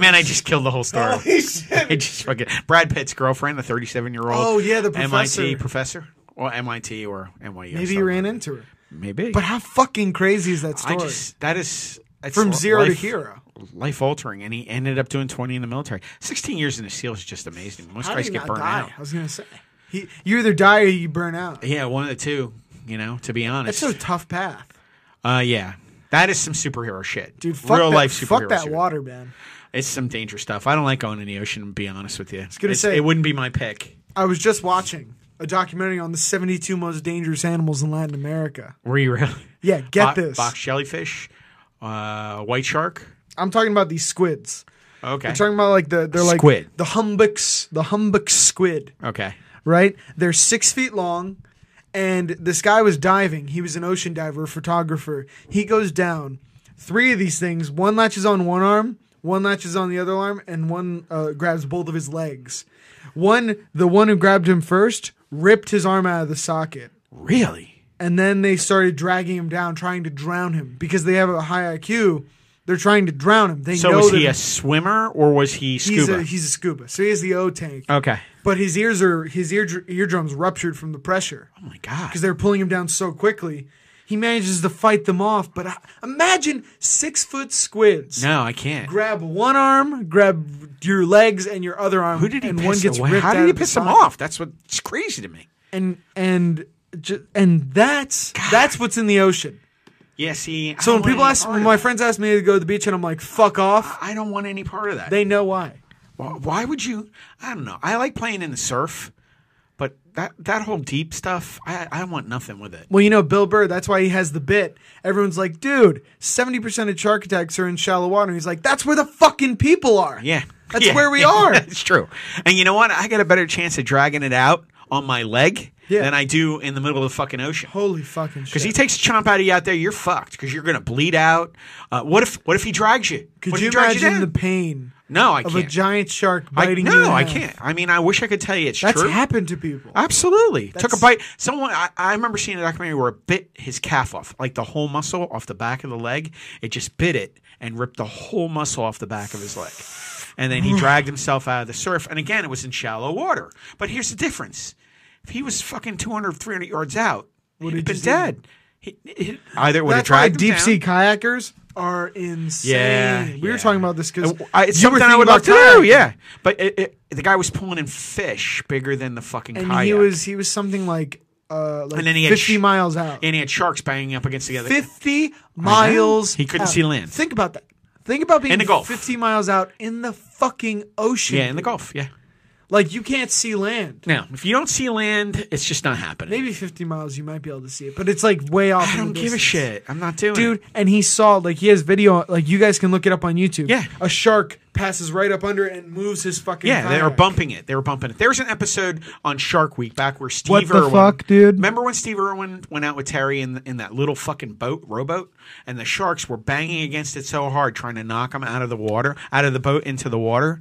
S3: Man, I just killed the whole story.
S2: Oh,
S3: I just fucking Brad Pitt's girlfriend, the 37 year old.
S2: Oh, yeah, the
S3: MIT
S2: professor.
S3: professor or MIT or NYU. or
S2: Maybe he
S3: something.
S2: ran into her.
S3: Maybe.
S2: But how fucking crazy is that
S3: I
S2: story?
S3: just that is that's
S2: From
S3: li-
S2: zero to
S3: life-
S2: hero.
S3: life altering, and he ended up doing 20 in the military. 16 years in the SEALs is just amazing. Most
S2: How did
S3: guys
S2: he
S3: get
S2: not
S3: burned
S2: die?
S3: out.
S2: I was gonna say he, you either die or you burn out.
S3: Yeah, one of the two. You know, to be honest.
S2: That's a tough path,
S3: uh, yeah, that is some superhero shit,
S2: dude. Fuck
S3: Real
S2: that,
S3: life superhero
S2: Fuck that
S3: shit.
S2: water, man.
S3: It's some dangerous stuff. I don't like going in the ocean. To be honest with you, I
S2: gonna say-
S3: it wouldn't be my pick.
S2: I was just watching a documentary on the 72 most dangerous animals in Latin America.
S3: Were you really?
S2: Yeah, get
S3: Bo-
S2: this.
S3: box jellyfish, uh, white shark.
S2: I'm talking about these squids.
S3: Okay.
S2: I'm talking about like the they're like
S3: Squid.
S2: the humbucks, the humbuck squid.
S3: Okay.
S2: right? They're six feet long, and this guy was diving. He was an ocean diver, photographer. He goes down. Three of these things. One latches on one arm, one latches on the other arm, and one uh, grabs both of his legs. One, the one who grabbed him first, ripped his arm out of the socket.
S3: Really?
S2: And then they started dragging him down, trying to drown him because they have a high IQ. They're trying to drown him. They
S3: So
S2: know
S3: was
S2: that
S3: he a swimmer or was he
S2: he's
S3: scuba? Uh.
S2: a he's a scuba, so he has the O tank.
S3: okay.
S2: But his ears are his ear eardrums ruptured from the pressure
S3: Oh my god.
S2: because they were pulling him down so quickly. He manages to fight them off, but I, imagine six foot squids.
S3: No, I can't.
S2: Grab one arm, grab your legs and your other arm.
S3: Who did he
S2: and
S3: piss
S2: one gets
S3: away?
S2: ripped
S3: How
S2: out
S3: did he
S2: of the
S3: piss him
S2: socket.
S3: off? That's what's crazy to me.
S2: And and ju- and that's that's what's in the ocean.
S3: Yeah, see. I
S2: So
S3: don't
S2: when people
S3: want any
S2: ask,
S3: part
S2: when
S3: of
S2: my
S3: that.
S2: friends ask me to go to the beach, and I'm like, "Fuck off,"
S3: I don't want any part of that.
S2: they know why.
S3: Why, why would you? I don't know. I like playing in the surf, but that that whole deep stuff, I I want nothing with it.
S2: Well, you know, Bill Burr, that's why he has the bit. Everyone's like, dude, 70% of shark attacks are in shallow water. He's like, that's where the fucking people are.
S3: Yeah,
S2: That's
S3: Yeah.
S2: where we are.
S3: That's true. And you know what? I got a better chance of dragging it out on my leg
S2: Yeah.
S3: than I do in the middle of the fucking ocean.
S2: Holy fucking shit.
S3: Because he takes a chomp out of you out there, you're fucked. Because you're gonna bleed out. Uh, what if What if he drags you?
S2: Could
S3: What if
S2: you
S3: he drags
S2: imagine the
S3: down?
S2: pain
S3: no, I
S2: of a
S3: can't.
S2: giant shark
S3: I,
S2: biting you? in
S3: no, I
S2: half?
S3: can't. I mean, I wish I could tell you it's
S2: That's
S3: true.
S2: happened to people.
S3: Absolutely. Took
S2: That's-
S3: a bite. Someone, I, I remember seeing a documentary where it bit his calf off, like the whole muscle off the back of the leg. It just bit it and ripped the whole muscle off the back of his leg. And then he dragged himself out of the surf. And again, it was in shallow water. But here's the difference if he was fucking 200, 300 yards out, he'd
S2: he
S3: have been
S2: just eaten?
S3: dead. He, he- either would have
S2: That's why
S3: dragged him
S2: deep
S3: down.
S2: sea kayakers are insane.
S3: Yeah,
S2: we
S3: yeah.
S2: were talking about this because
S3: Uh, I- It's
S2: you were
S3: something I
S2: thinking
S3: would
S2: about kayaking.
S3: love to do, yeah. But it, it, the guy was pulling in fish bigger than the fucking
S2: And
S3: kayak.
S2: he was he was something like uh like
S3: And then he had
S2: 50
S3: sh-
S2: miles out.
S3: and he had sharks banging up against the other.
S2: 50 miles.
S3: He couldn't
S2: out.
S3: see land.
S2: Think about that. Think about being
S3: In the Gulf.
S2: 50 miles out in the fucking ocean.
S3: Yeah, in the Gulf. Yeah.
S2: Like you can't see land.
S3: Now, if you don't see land, it's just not happening.
S2: Maybe 50 miles you might be able to see it, but it's like way off. in
S3: I
S2: the
S3: don't give a
S2: distance.
S3: shit. I'm not doing
S2: Dude,
S3: it.
S2: and he saw like he has video like you guys can look it up on YouTube.
S3: Yeah.
S2: A shark passes right up under it and moves his fucking
S3: Yeah, they were
S2: kayak.
S3: bumping it. They were bumping it. There was an episode on Shark Week back where Steve
S2: What the
S3: Irwin.
S2: fuck, dude?
S3: Remember when Steve Irwin went out with Terry in in that little fucking boat rowboat, and the sharks were banging against it so hard, trying to knock him out of the water, out of the boat into the water.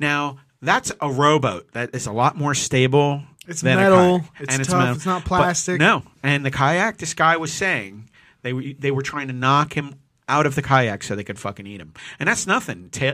S3: Now that's a rowboat that is a lot more stable.
S2: It's
S3: than a
S2: metal.
S3: kayak.
S2: It's tough. It's not
S3: But
S2: plastic.
S3: no, and the kayak. This guy was saying they were they were trying to knock him out of the kayak so they could fucking eat him, and that's nothing. Ta-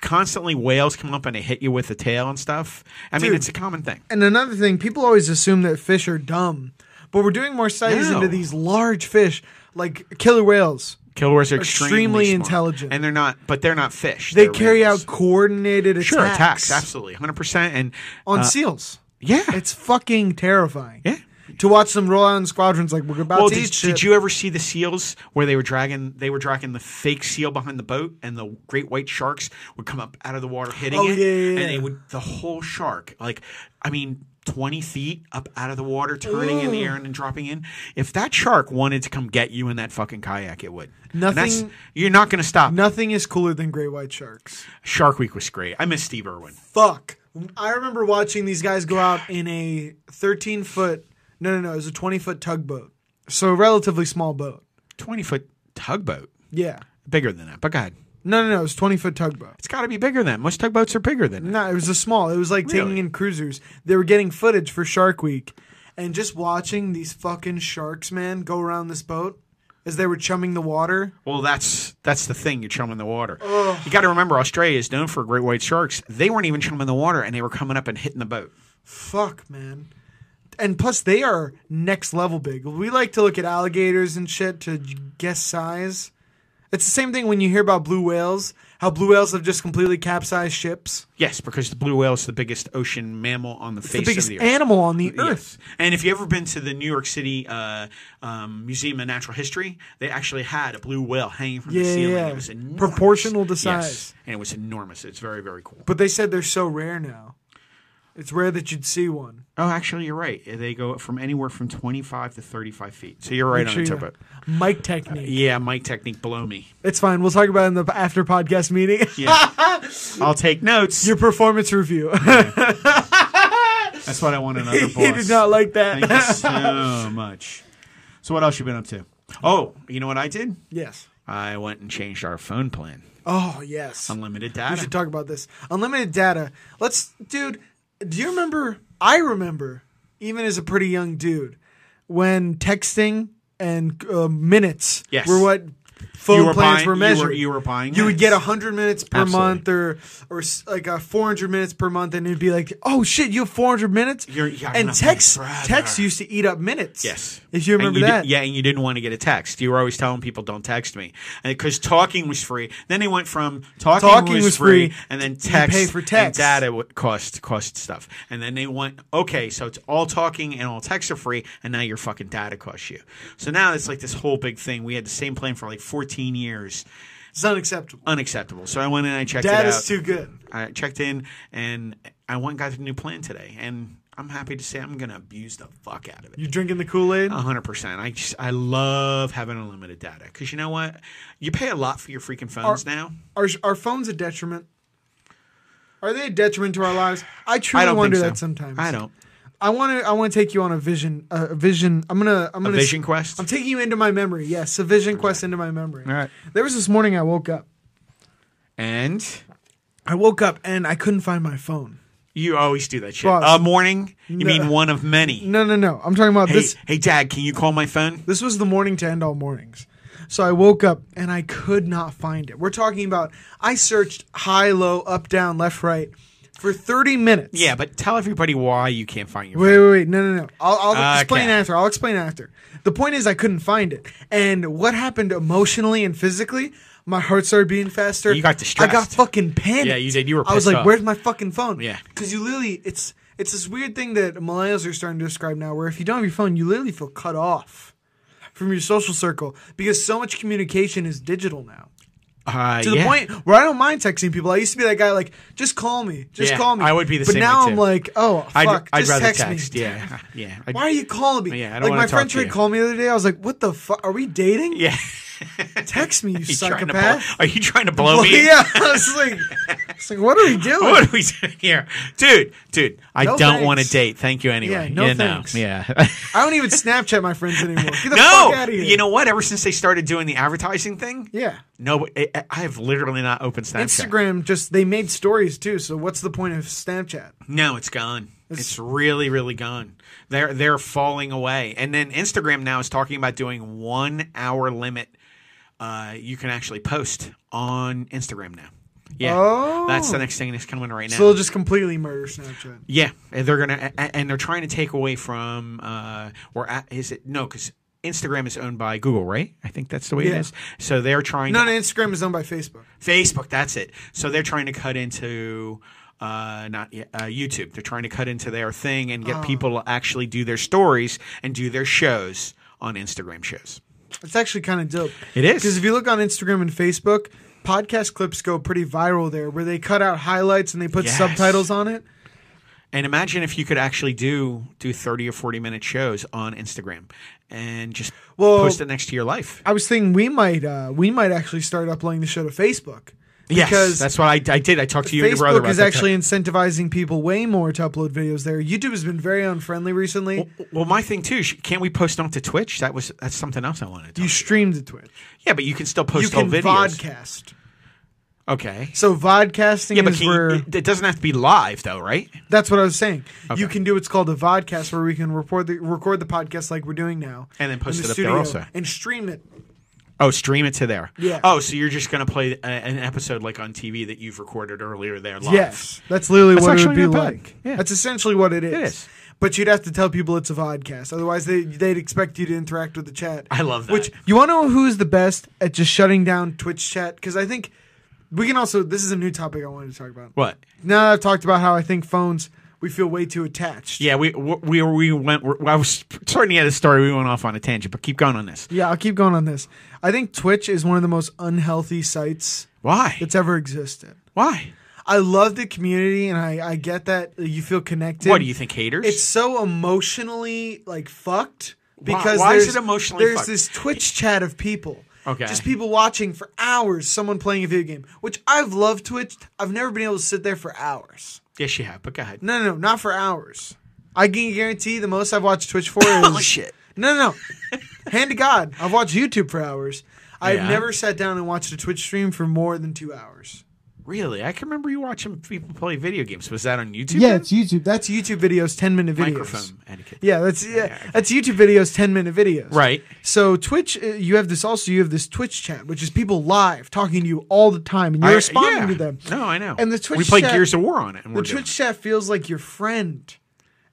S3: constantly whales come up and they hit you with the tail and stuff. I mean,
S2: Dude.
S3: it's a common thing.
S2: And another thing, people always assume that fish are dumb, but we're doing more studies
S3: No.
S2: into these large fish like killer whales.
S3: Killer whales are
S2: Extremely
S3: extremely, smart.
S2: intelligent.
S3: and they're not. But they're not fish.
S2: They
S3: They're
S2: carry
S3: whales.
S2: out coordinated attacks,
S3: sure attacks, absolutely, hundred percent. And
S2: on
S3: uh,
S2: seals.
S3: yeah,
S2: It's fucking terrifying.
S3: yeah.
S2: To watch them roll out in squadrons like we're about
S3: Well,
S2: to
S3: did,
S2: eat shit.
S3: did you ever see the seals where they were dragging? They were dragging the fake seal behind the boat, and the great white sharks would come up out of the water hitting
S2: Oh,
S3: it,
S2: yeah, yeah, yeah.
S3: and they would the whole shark, like I mean, twenty feet up out of the water, turning in the air and then dropping in. If that shark wanted to come get you in that fucking kayak, it would. And that's-
S2: Nothing-
S3: you're not going to stop.
S2: Nothing is cooler than great white sharks.
S3: Shark Week was great. I miss Steve Irwin.
S2: Fuck. I remember watching these guys go out in a 13 foot, no, no, no, it was a 20 foot tugboat. So a relatively small boat.
S3: Twenty foot tugboat,
S2: Yeah.
S3: bigger than that. But God,
S2: No, no, no, it was 20 foot tugboat.
S3: it's got to be bigger than that. most tugboats are bigger than that.
S2: No, it was a small. It was like taking
S3: Really?
S2: in cruisers. They were getting footage for Shark Week, and just watching these fucking sharks, man, go around this boat as they were chumming the water.
S3: Well, that's that's the thing. You're chumming the water. You got to remember, Australia is known for great white sharks. They weren't even chumming the water, and they were coming up and hitting the boat.
S2: Fuck, man. And plus, they are next level big. We like to look at alligators and shit to guess size. It's the same thing when you hear about blue whales. How blue whales have just completely capsized ships.
S3: Yes, because the blue whale is the biggest ocean mammal on the face
S2: the biggest
S3: of the earth.
S2: animal on the earth.
S3: Yes. And if you ever been to the New York City uh, um, Museum of Natural History, they actually had a blue whale hanging from the
S2: Yeah,
S3: ceiling.
S2: yeah.
S3: It was enormous.
S2: Proportional to
S3: Yes.
S2: size.
S3: and it was enormous. It's very very cool.
S2: But they said they're so rare now. It's rare that you'd see one.
S3: Oh, actually, you're right. They go from anywhere from 25 to 35 feet. So you're right
S2: Make
S3: on
S2: sure
S3: the
S2: you-
S3: tip. Uh,
S2: Mike technique.
S3: Yeah, mic technique below me.
S2: It's fine. We'll talk about it in the after podcast meeting.
S3: Yeah, I'll take notes.
S2: Your performance review.
S3: That's what I want another boss.
S2: he did not like that.
S3: Thank you so much. So what else you been up to? Oh, you know what I did?
S2: yes.
S3: I went and changed our phone plan.
S2: Oh yes.
S3: Unlimited
S2: We
S3: data.
S2: should talk about this. Unlimited data. Let's, dude. Do you remember? I remember, even as a pretty young dude, when texting and uh, minutes
S3: Yes.
S2: were what phone
S3: you were
S2: plans
S3: buying,
S2: were
S3: You were,
S2: measured.
S3: you were buying.
S2: You would
S3: minutes.
S2: get 100 minutes per
S3: Absolutely.
S2: month or or s- like uh, 400 minutes per month and it'd be like, "Oh shit, you have 400 minutes?"
S3: You're- you got
S2: and
S3: enough
S2: text
S3: minutes, brother.
S2: text used to eat up minutes.
S3: Yes.
S2: If you
S3: And
S2: remember
S3: di-
S2: that.
S3: yeah, and you didn't want to get a text. You were always telling people, don't text me. Because talking was free. Then they went from talking,
S2: Talking
S3: was,
S2: was
S3: free,
S2: free,
S3: and then
S2: you
S3: text.
S2: pay for text.
S3: And data would cost, cost stuff. And then they went, okay, so it's all talking and all texts are free, and now your fucking data costs you. So now it's like this whole big thing. We had the same plan for like 14 years.
S2: It's unacceptable.
S3: Unacceptable. So I went in and I checked it out.
S2: That is too good.
S3: I checked in and I went and got the new plan today. And I'm happy to say I'm going to abuse the fuck out of it.
S2: You drinking the Kool-Aid?
S3: A hundred percent. I just I love having unlimited data because you know what, you pay a lot for your freaking phones now.
S2: Are are phones a detriment? Are they a detriment to our lives? I
S3: I
S2: truly
S3: don't
S2: wonder
S3: think so.
S2: that sometimes.
S3: I don't.
S2: I want to. I want to take you on a vision. Uh, a vision. I'm gonna. I'm
S3: A
S2: gonna.
S3: vision quest.
S2: I'm taking you into my memory. Yes, a vision quest into my memory.
S3: All right.
S2: There was this morning I woke up.
S3: and
S2: I woke up and I couldn't find my phone.
S3: you always do that shit.
S2: Boss.
S3: A morning. You
S2: No.
S3: mean one of many.
S2: No, no, no. I'm talking about
S3: hey,
S2: this.
S3: hey, Dad, can you call my phone?
S2: This was the morning to end all mornings. So I woke up and I could not find it. We're talking about. I searched high, low, up, down, left, right for 30 minutes.
S3: Yeah, but tell everybody why you can't find your.
S2: Wait, wait, wait. No, no, no. I'll, I'll explain
S3: Ah, Okay.
S2: after. I'll explain after. The point is, I couldn't find it. And what happened emotionally and physically, my heart started beating faster.
S3: You got distressed.
S2: I got fucking panicked.
S3: Yeah, you did. You were
S2: I was
S3: pissed
S2: like,
S3: off.
S2: where's my fucking phone?
S3: Yeah.
S2: Because you literally, it's it's this weird thing that millennials are starting to describe now where if you don't have your phone, you literally feel cut off from your social circle because so much communication is digital now.
S3: Uh,
S2: To the
S3: yeah.
S2: point where I don't mind texting people. I used to be that guy like, just call me, just
S3: Yeah,
S2: call me.
S3: I would be the
S2: but
S3: same
S2: now
S3: way,
S2: I'm
S3: too.
S2: like, oh fuck,
S3: I'd, I'd
S2: just
S3: rather
S2: text,
S3: text.
S2: me.
S3: Yeah, yeah. I'd-
S2: Why are you calling me?
S3: Yeah, I don't
S2: like
S3: wanna
S2: my
S3: talk
S2: friend
S3: to
S2: tried
S3: you.
S2: call me the other day. I was like, "What the fuck? Are we dating?
S3: Yeah.
S2: Text me, you
S3: You trying to
S2: psychopath."
S3: blow- are you trying to blow
S2: Well,
S3: me?
S2: yeah, I was like, I was like, "What are we doing?"
S3: What are we doing here, dude? Dude, I
S2: No
S3: don't want to
S2: thanks.
S3: date. Thank you anyway.
S2: Yeah, no
S3: you know,
S2: thanks.
S3: Yeah.
S2: I don't even Snapchat my friends anymore. Get the
S3: No,
S2: fuck out of here.
S3: you know what? Ever since they started doing the advertising thing,
S2: yeah.
S3: no, I, I have literally not opened Snapchat.
S2: Instagram just they made stories too. So what's the point of Snapchat?
S3: No, it's gone. It's, really, really gone. They're they're falling away. And then Instagram now is talking about doing one hour limit. Uh, you can actually post on Instagram now. Yeah,
S2: Oh.
S3: that's the next thing that's coming right now.
S2: So they'll just completely murder Snapchat.
S3: Yeah, and they're gonna a- and they're trying to take away from uh or a- is it no because Instagram is owned by Google, right? I think that's the way
S2: Yeah.
S3: it is. So they're trying
S2: No,
S3: to
S2: no, Instagram is owned by Facebook.
S3: Facebook. That's it. So they're trying to cut into. Uh, not yet, uh, YouTube. They're trying to cut into their thing and get
S2: Oh.
S3: people to actually do their stories and do their shows on Instagram shows.
S2: It's actually kind of dope.
S3: It is.
S2: Because if you look on Instagram and Facebook, podcast clips go pretty viral there where they cut out highlights and they put
S3: Yes.
S2: subtitles on it.
S3: And imagine if you could actually do do thirty or forty minute shows on Instagram and just
S2: Well-
S3: post it next to your life.
S2: I was thinking we might uh, we might actually start uploading the show to Facebook.
S3: Yes,
S2: Because
S3: that's what I, I did. I talked to you and your brother
S2: Facebook
S3: about
S2: is
S3: that.
S2: actually incentivizing people way more to upload videos there. YouTube has been very unfriendly recently.
S3: Well, my thing too. sh- Can't we post onto Twitch? That was that's something else I wanted. To
S2: you
S3: talk.
S2: stream to Twitch.
S3: yeah, but you can still post
S2: you can
S3: whole videos.
S2: vodcast.
S3: Okay.
S2: So vodcasting
S3: Yeah, but
S2: is
S3: can
S2: where
S3: you, it, it doesn't have to be live though, right?
S2: that's what I was saying. You can do what's called a vodcast, where we can record the record the podcast like we're doing now,
S3: And then post
S2: in
S3: it
S2: the
S3: up there
S2: studio
S3: also.
S2: and stream it.
S3: Oh, stream it to there.
S2: Yeah.
S3: Oh, so you're just gonna play a, an episode like on TV that you've recorded earlier there live.
S2: Yes, that's literally
S3: That's
S2: what it would
S3: actually
S2: be
S3: not bad.
S2: like.
S3: Yeah.
S2: That's essentially what it is.
S3: is.
S2: But you'd have to tell people it's a vodcast. Otherwise, they, they'd expect you to interact with the chat.
S3: I love that.
S2: Which you want to know who's the best at just shutting down Twitch chat? Because I think we can also. This is a new topic I wanted to talk about.
S3: What?
S2: Now that I've talked about how I think phones, we feel way too attached.
S3: Yeah, we we we went. we I was starting to get a story. We went off on a tangent, but keep going on this.
S2: Yeah, I'll keep going on this. I think Twitch is one of the most unhealthy sites
S3: Why?
S2: that's ever existed.
S3: Why?
S2: I love the community, and I, I get that you feel connected.
S3: What do you think, haters?
S2: It's so emotionally like fucked
S3: Why-
S2: because
S3: why is
S2: there's-
S3: it emotionally
S2: There's
S3: fucked?
S2: this Twitch chat of people.
S3: Okay.
S2: Just people watching for hours, someone playing a video game, which I've loved Twitch. I've never been able to sit there for hours.
S3: yes, you have. But go ahead.
S2: No, no, no, not for hours. I can guarantee the most I've watched Twitch for is.
S3: shit.
S2: No, no, no. Hand to God, I've watched YouTube for hours. I've
S3: Yeah.
S2: never sat down and watched a Twitch stream for more than two hours.
S3: Really? I can remember you watching people play video games. Was that on YouTube?
S2: Yeah,
S3: then?
S2: it's YouTube. That's YouTube videos, ten minute videos.
S3: microphone etiquette.
S2: Yeah, that's yeah, that's YouTube videos, ten minute videos.
S3: Right.
S2: So Twitch, uh, you have this also. You have this Twitch chat, which is people live talking to you all the time, and you're
S3: I-
S2: responding
S3: yeah.
S2: to them.
S3: No, I know.
S2: And the
S3: we
S2: Twitch
S3: played
S2: chat-
S3: Gears of War on it. And
S2: The
S3: we're doing
S2: Twitch chat feels like your friend,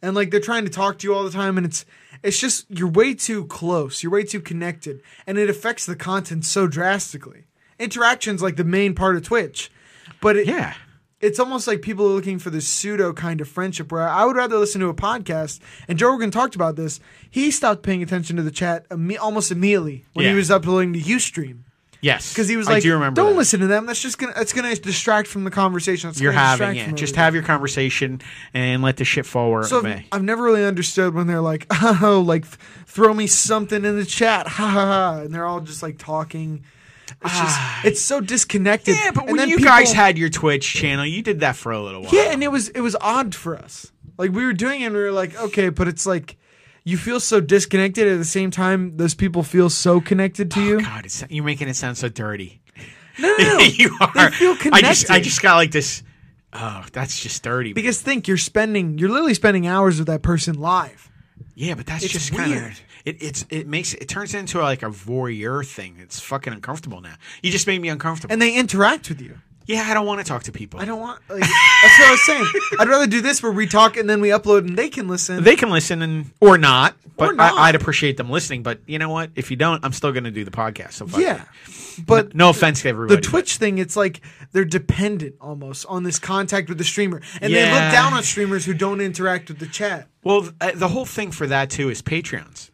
S2: and like they're trying to talk to you all the time, and it's it's just you're way too close, you're way too connected, and it affects the content so drastically. Interactions like the main part of Twitch, but it,
S3: it. yeah,
S2: it's almost like people are looking for this pseudo kind of friendship where I would rather listen to a podcast. And Joe Rogan talked about this. He stopped paying attention to the chat imme- almost immediately when
S3: Yeah.
S2: he was uploading to Ustream
S3: yes.
S2: because he was
S3: I
S2: like,
S3: do remember
S2: "Don't
S3: that.
S2: listen to them. That's just gonna that's gonna distract from the conversation. That's
S3: You're
S2: gonna
S3: having
S2: distract
S3: it.
S2: from
S3: Just
S2: everything."
S3: have your conversation and let the shit fall where
S2: So
S3: it
S2: I've,
S3: may.
S2: I've never really understood when they're like, oh, like th- throw me something in the chat, ha ha ha, and they're all just like talking. It's just it's so disconnected.
S3: Ah. Yeah, but
S2: And
S3: when
S2: then
S3: you guys
S2: people-
S3: had your Twitch channel, you did that for a little while.
S2: Yeah, and it was it was odd for us. Like we were doing it and we were like, okay, but it's like you feel so disconnected at the same time those people feel so connected to you.
S3: Oh, God, it's, you're making it sound so dirty.
S2: No, no, no.
S3: you are.
S2: feel
S3: I just, I
S2: connected.
S3: just got like this. Oh, that's just dirty.
S2: because think you're spending you're literally spending hours with that person live.
S3: yeah, but that's
S2: it's
S3: just kind
S2: weird.
S3: of it. It's it makes it turns into like a voyeur thing. It's fucking uncomfortable now. You just made me uncomfortable.
S2: And they interact with you.
S3: yeah, I don't want to talk to people.
S2: I don't want like that's what I was saying. I'd rather do this where we talk and then we upload and they can listen.
S3: They can listen and or not, but
S2: Or not.
S3: I, I'd appreciate them listening. But you know what? If you don't, I'm still going to do the podcast. So fuck
S2: yeah.
S3: it.
S2: But
S3: no offense to
S2: the
S3: everybody.
S2: Twitch thing, it's like they're dependent almost on this contact with the streamer, and they
S3: Yeah.
S2: look down on streamers who don't interact with the chat.
S3: but- well, th- uh, the whole thing for that too is Patreons.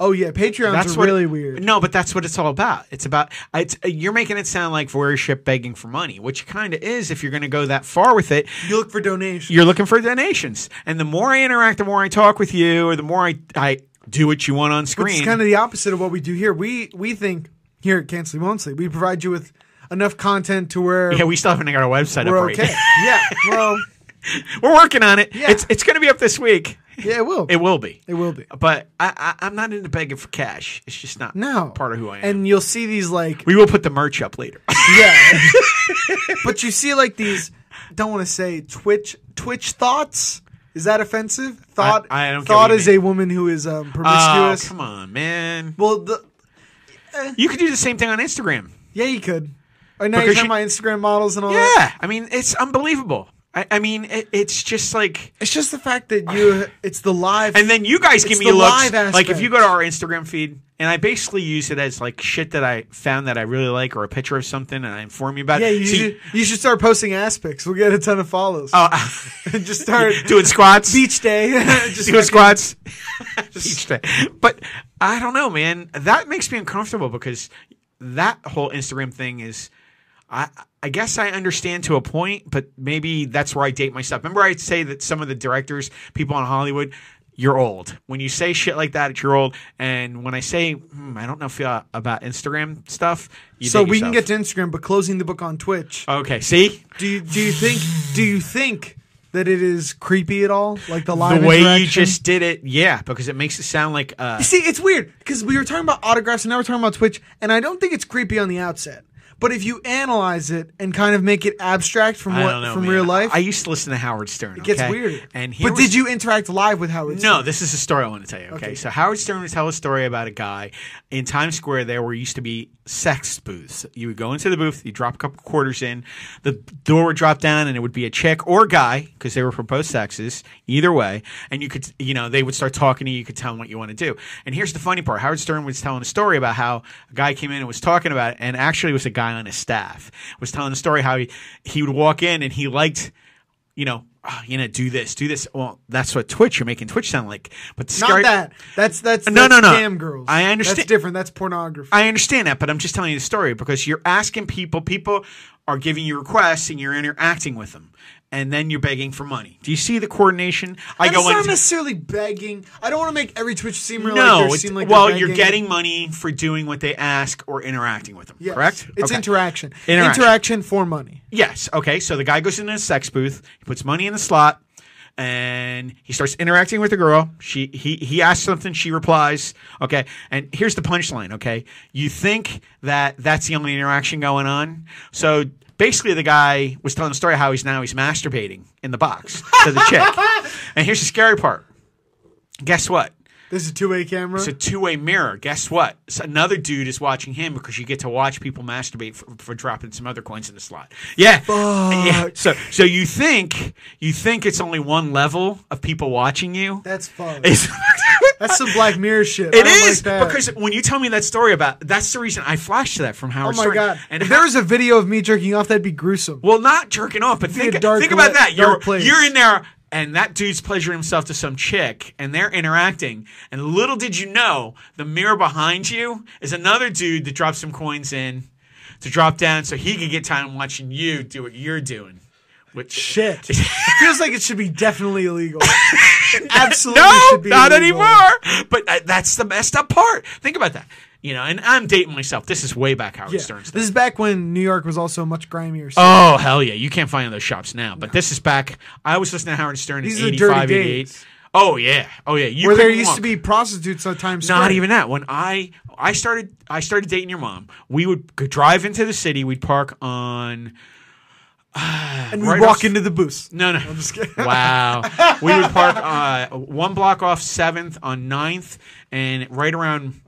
S2: Oh yeah, Patreons
S3: That's
S2: are
S3: what,
S2: really weird.
S3: No, but that's what it's all about. It's about it's, uh, you're making it sound like voyeurship begging for money, which it kind of is if you're going to go that far with it.
S2: You look for donations.
S3: You're looking for donations, and the more I interact, the more I talk with you, or the more I I do what you want on
S2: Which
S3: screen.
S2: is kind of the opposite of what we do here. We we think here at Cansley Won't Sleep, we provide you with enough content to where
S3: yeah, we still haven't got our website
S2: we're
S3: up. right.
S2: okay. yeah. Well,
S3: We're working on it.
S2: Yeah.
S3: It's it's going to be up this week.
S2: yeah, it will.
S3: It will be.
S2: It will be.
S3: But I, I, I'm not into begging for cash. It's just not
S2: No.
S3: part of who I am.
S2: And you'll see these like
S3: we will put the merch up later.
S2: yeah. but you see like these don't want to say Twitch Twitch thoughts. Is that offensive? Thought
S3: I don't get
S2: thought
S3: what you
S2: is
S3: mean.
S2: a woman who is um,
S3: oh,
S2: promiscuous.
S3: come on, man.
S2: well, the,
S3: You could do the same thing on Instagram.
S2: yeah, you could. Right now you're
S3: Because
S2: talking
S3: you-
S2: about Instagram models and all that.
S3: Yeah. I mean, it's unbelievable. I, I mean, it, it's just like.
S2: It's just the fact that you it's the live
S3: And then you guys give
S2: It's
S3: me
S2: the
S3: looks.
S2: live
S3: Like if you
S2: aspect.
S3: go to our Instagram feed, and I basically use it as like shit that I found that I really like, or a picture of something, and I inform you about.
S2: yeah,
S3: it.
S2: you,
S3: See-
S2: should, you should start posting aspects. We'll get a ton of follows.
S3: Oh,
S2: just start
S3: doing squats.
S2: beach day. just
S3: doing squats. Each day. But I don't know, man. That makes me uncomfortable because that whole Instagram thing is. I I guess I understand to a point, but maybe that's where I date myself. Remember, I say that some of the directors, people in Hollywood, you're old. When you say shit like that, you're old. And when I say hmm, I don't know if you about Instagram stuff, you
S2: so
S3: date
S2: we can get
S3: yourself. Uh.
S2: to Instagram, but closing the book on Twitch.
S3: okay. See,
S2: Do you, do you think do you think that it is creepy at all? Like the live
S3: the way you
S2: interaction?
S3: just did it, yeah, because it makes it sound like uh,
S2: You see, it's weird because we were talking about autographs and now we're talking about Twitch, and I don't think it's creepy on the outset. But if you analyze it and kind of make it abstract from
S3: I
S2: what
S3: don't know,
S2: from
S3: man.
S2: real life,
S3: I used to listen to Howard Stern.
S2: it gets
S3: okay?
S2: weird.
S3: And here
S2: but
S3: was-
S2: did you interact live with Howard?
S3: No,
S2: Stern?
S3: this is a story I want to tell you. Okay?
S2: Okay.
S3: so Howard Stern would tell a story about a guy in Times Square. There were used to be sex booths. You would go into the booth, you drop a couple quarters in, the door would drop down, and it would be a chick or a guy because they were for both sexes. Either way, and you could, you know, they would start talking to you. You could tell them what you want to do. And here's the funny part: Howard Stern was telling a story about how a guy came in and was talking about it, and actually it was a guy on his staff was telling a story how he he would walk in and he liked you know, "Ah, you know, do this, do this. Well, that's what Twitch. You're making Twitch sound like, but the
S2: not
S3: scary.
S2: that. That's that's
S3: No,
S2: that's
S3: no, no.
S2: Cam girls.
S3: I understand-
S2: That's different. That's pornography.
S3: I understand that, but I'm just telling you the story because you're asking people. People are giving you requests, and you're interacting with them, and then you're begging for money. Do you see the coordination? I
S2: And it's
S3: go
S2: not
S3: into
S2: necessarily begging. I don't want to make every Twitch streamer
S3: no.
S2: like they
S3: it's-
S2: seem like they're
S3: well, you're
S2: begging.
S3: getting money for doing what they ask or interacting with them.
S2: Yes.
S3: Correct?
S2: It's
S3: Okay.
S2: interaction.
S3: Interaction.
S2: Interaction for money.
S3: Yes. Okay. So the guy goes into a sex booth, he puts money in the slot, and he starts interacting with the girl. She he he asks something, she replies. Okay, and here's the punchline. Okay, you think that that's the only interaction going on, so. Basically, the guy was telling the story how he's now he's masturbating in the box to the chick. And here's the scary part. Guess what?
S2: This is a two way camera.
S3: It's a two way mirror. Guess what? So another dude is watching him because you get to watch people masturbate for, for dropping some other coins in the slot. Yeah, yeah. So so you think you think it's only one level of people watching you?
S2: That's fun.
S3: It's-
S2: That's some Black Mirror shit. I
S3: It
S2: don't
S3: is
S2: like that.
S3: because when you tell me that story about that's the reason I flashed to that from
S2: Oh
S3: Howard.
S2: my
S3: Stern.
S2: god!
S3: And
S2: if there was a video of me jerking off, that'd be gruesome.
S3: Well, not jerking off, but
S2: be a
S3: think,
S2: dark
S3: think about
S2: le-
S3: that. You're
S2: dark place.
S3: you're in there, and that dude's pleasuring himself to some chick, and they're interacting. And little did you know, the mirror behind you is another dude that drops some coins in to drop down, so he could get time watching you do what you're doing. Which
S2: Shit. It feels like it should be definitely illegal. Absolutely
S3: no,
S2: should be
S3: not
S2: illegal.
S3: anymore. But uh, that's the messed up part. Think about that. You know, and I'm dating myself. This is way back Howard
S2: Yeah.
S3: Stern stuff.
S2: This is back when New York was also much grimier. So
S3: Oh hell yeah! You can't find those shops now. But this is back. I was listening to Howard Stern
S2: These are
S3: in
S2: the dirty
S3: 85, 88.
S2: days.
S3: Oh yeah, oh yeah. You
S2: where there
S3: couldn't
S2: used
S3: walk.
S2: to be prostitutes on Times Square.
S3: not even that. When I I started I started dating your mom, we would g- drive into the city. We'd park on
S2: And we
S3: right
S2: walk
S3: off-
S2: into the booth.
S3: no no. wow, we would park uh, one block off Seventh on 9th and right around.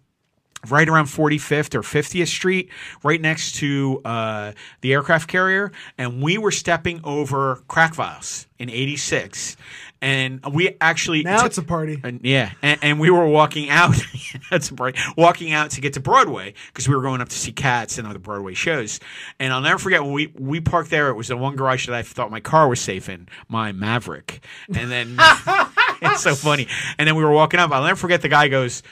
S3: Right around 45th or 50th Street, right next to uh, the aircraft carrier, and we were stepping over crack vials in '86, and we actually
S2: Now it's a party.
S3: and yeah, and, and we were walking out. that's right, walking out to get to Broadway because we were going up to see Cats and other Broadway shows. And I'll never forget when we we parked there. It was the one garage that I thought my car was safe in, my Maverick. And then it's so funny. And then we were walking up. I'll never forget. The guy goes,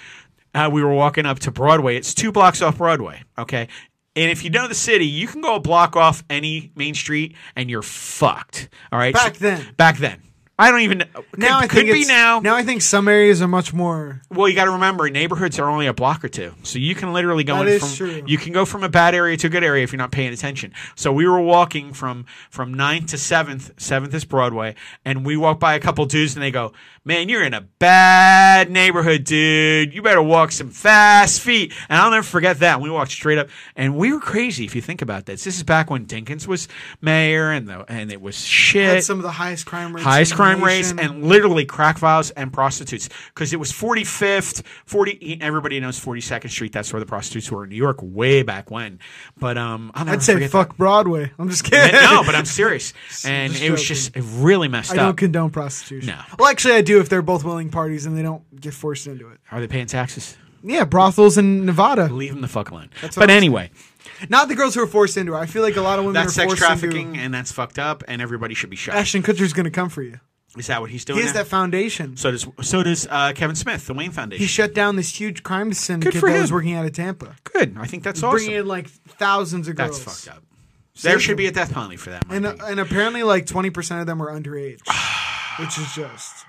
S3: uh, "We were walking up to Broadway. It's two blocks off Broadway. Okay." And if you know the city, you can go a block off any main street and you're fucked. All right.
S2: Back then.
S3: Back then. I don't even. Could,
S2: Now I think
S3: could be
S2: it's- I think some areas are much more.
S3: well, you got to remember, neighborhoods are only a block or two, so you can literally go
S2: That
S3: in
S2: is
S3: from
S2: true.
S3: you can go from a bad area to a good area if you're not paying attention. So we were walking from from 9th to seventh. Seventh is Broadway, and we walk by a couple dudes, and they go, "Man, you're in a bad neighborhood, dude. You better walk some fast feet." And I'll never forget that. We walked straight up, and we were crazy if you think about this. This is back when Dinkins was mayor, and the and it was shit
S2: Had some of the highest crime rates.
S3: highest
S2: in the
S3: crime rates
S2: nation.
S3: and literally crack vials and prostitutes because it was 45th 40 everybody knows 42nd street that's where the prostitutes were in new york way back when but um I'll never
S2: I'd say
S3: forget
S2: fuck Broadway. I'm just kidding.
S3: that. no but i'm serious and
S2: Just
S3: it was
S2: joking.
S3: just it really messed
S2: I
S3: up
S2: don't condone prostitution.
S3: No.
S2: Well, actually, I do if they're both willing parties and they don't get forced into it.
S3: are they paying taxes
S2: Yeah, brothels in Nevada.
S3: leave them the fuck alone
S2: what
S3: but
S2: I'm
S3: anyway
S2: Not the girls who are forced into it. I feel like a lot of women
S3: that's
S2: are
S3: sex
S2: forced
S3: trafficking
S2: into
S3: and that's fucked up and everybody should be shot
S2: Ashton Kutcher's going to come for you.
S3: is that what he's doing
S2: He has
S3: now?
S2: that foundation.
S3: so does so does uh, kevin smith the wayne foundation
S2: He shut down this huge crime syndicate
S3: for
S2: that was
S3: him.
S2: working out of Tampa,
S3: good i think that's awesome
S2: bringing in like thousands of
S3: that's
S2: girls.
S3: fucked up there should
S2: them.
S3: be a death penalty for that in my
S2: And uh,
S3: opinion.
S2: and apparently like twenty percent of them are underage, which is just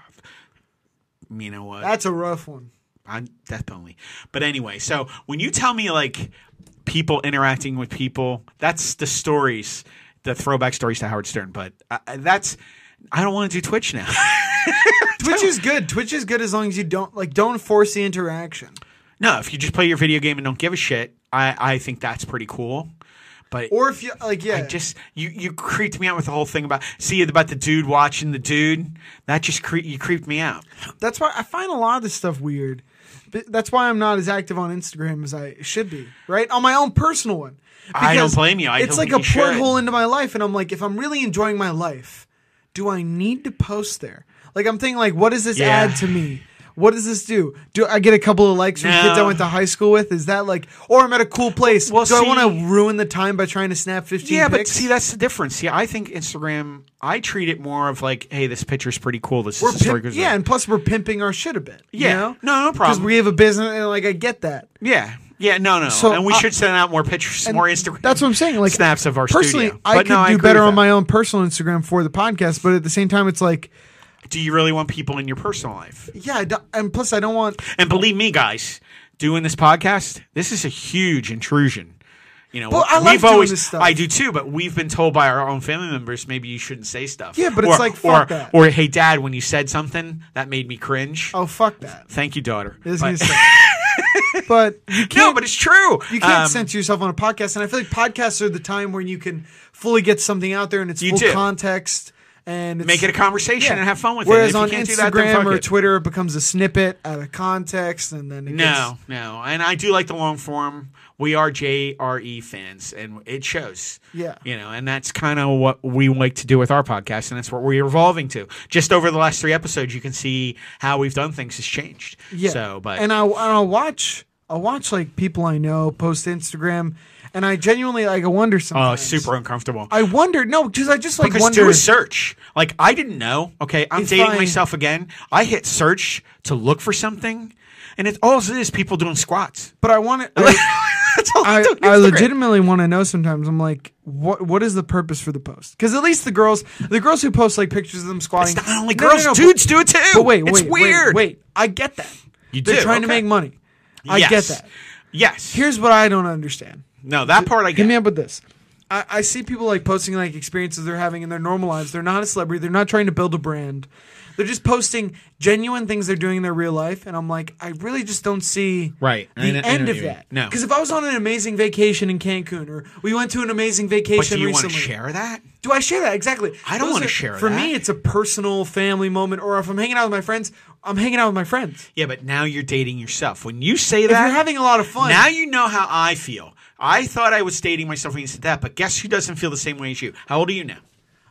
S3: you know what
S2: that's a rough one.
S3: on death penalty. But anyway, so when you tell me like people interacting with people, that's the stories, the throwback stories to Howard Stern. But I, I- that's I don't want to do Twitch now.
S2: Twitch is good. Twitch is good as long as you don't like don't force the interaction
S3: no, if you just play your video game and don't give a shit, I I think that's pretty cool. But
S2: or if you like yeah.
S3: just you you creeped me out with the whole thing about see about the dude watching the dude. That just cre- you creeped me out.
S2: that's why I find a lot of this stuff weird. But that's why I'm not as active on Instagram as I should be. Right on my own personal one.
S3: I don't
S2: Because
S3: blame you. I
S2: it's
S3: don't
S2: like a
S3: think you should.
S2: porthole into my life, and I'm like, if I'm really enjoying my life, do I need to post there? Like I'm thinking, like, what does this
S3: Yeah.
S2: add to me? What does this do? Do I get a couple of likes from
S3: No.
S2: kids I went to high school with? Is that like, or I'm at a cool place?
S3: Well,
S2: do I want
S3: see-
S2: to ruin the time by trying to snap 15
S3: Yeah, but
S2: pics?
S3: see, that's the difference. See, I think Instagram, I treat it more of like, hey, this picture's pretty cool. This
S2: We're
S3: is a story.
S2: pimp-
S3: goes
S2: yeah,
S3: on.
S2: and plus we're pimping our shit a bit.
S3: Yeah. No, no
S2: Because
S3: problem.
S2: we have a business, and like I get that.
S3: Yeah. Yeah, no, no.
S2: So,
S3: and we
S2: I-
S3: should send out more pictures, more Instagram.
S2: That's what I'm saying. Like
S3: snaps of our
S2: personally,
S3: studio.
S2: I
S3: But
S2: could
S3: no, I
S2: do
S3: agree
S2: better
S3: with
S2: on
S3: that.
S2: my own personal Instagram for the podcast, but at the same time, it's like,
S3: Do you really want people in your personal life?
S2: yeah, I don't- and plus I don't want
S3: And believe me, guys, doing this podcast, this is a huge intrusion You know,
S2: But I like
S3: we've
S2: doing
S3: always
S2: this stuff.
S3: I do too, but we've been told by our own family members maybe you shouldn't say stuff.
S2: Yeah, but it's
S3: Or-
S2: like, fuck
S3: or,
S2: that.
S3: or hey, dad, when you said something that made me cringe.
S2: Oh fuck that.
S3: Thank you, daughter.
S2: This is
S3: But-
S2: gonna suck. but you can't.
S3: no, but it's true.
S2: you can't
S3: Um,
S2: censor yourself on a podcast, and I feel like podcasts are the time when you can fully get something out there in its
S3: You
S2: full
S3: do.
S2: context and it's,
S3: make it a conversation and have fun with
S2: Whereas
S3: it. And
S2: on
S3: if you can't
S2: Instagram
S3: do that, then fuck
S2: or
S3: it.
S2: Twitter, it becomes a snippet out of context, and then it
S3: No, no, and I do like the long form. We are JRE fans, and it shows.
S2: Yeah.
S3: you know, and that's kind of what we like to do with our podcast, and that's what we're evolving to. Just over the last three episodes, you can see how we've done things has changed.
S2: gets, yeah.
S3: So, but
S2: and I and I'll watch I'll watch like people I know post Instagram, and I genuinely like I wonder
S3: oh,
S2: sometimes.
S3: it's super uncomfortable.
S2: I wonder no because I just like
S3: because
S2: wonder
S3: do a search. Like I didn't know. Okay, I'm
S2: If
S3: dating
S2: I-
S3: myself again. I hit search to look for something, and it's all it is people doing squats.
S2: but I want to.
S3: That's all
S2: I,
S3: they do on
S2: I
S3: Instagram.
S2: legitimately want to know sometimes. I'm like, what what is the purpose for the post? Because at least the girls, the girls who post like pictures of them squatting,
S3: It's not only
S2: No, no,
S3: girls,
S2: no, but-
S3: dudes do it too.
S2: But wait,
S3: it's
S2: wait,
S3: weird.
S2: Wait, wait, I get that.
S3: You
S2: They're
S3: do,
S2: trying to
S3: okay.
S2: make money. I get
S3: Yes.
S2: that.
S3: Yes.
S2: Here's what I don't understand.
S3: no, that part I
S2: Hit
S3: get.
S2: me up with this. I, I see people like posting like experiences they're having in their normal lives. They're not a celebrity. They're not trying to build a brand. They're just posting genuine things they're doing in their real life. And I'm like, I really just don't see
S3: Right.
S2: the
S3: I know- I know
S2: end
S3: what
S2: of
S3: you mean.
S2: that.
S3: No.
S2: Because if I was on an amazing vacation in Cancun or we went to an amazing
S3: but
S2: vacation
S3: do you want to
S2: recently.
S3: share that?
S2: Do I share that? Exactly.
S3: I don't
S2: Those
S3: wanna
S2: are-
S3: share
S2: For
S3: that.
S2: me, it's a personal family moment. Or if I'm hanging out with my friends, I'm hanging out with my friends.
S3: Yeah, but now you're dating yourself. When you say
S2: If
S3: that,
S2: you're having a lot of fun.
S3: now you know how I feel. I thought I was dating myself when you said that, but guess who doesn't feel the same way as you? How old are you now?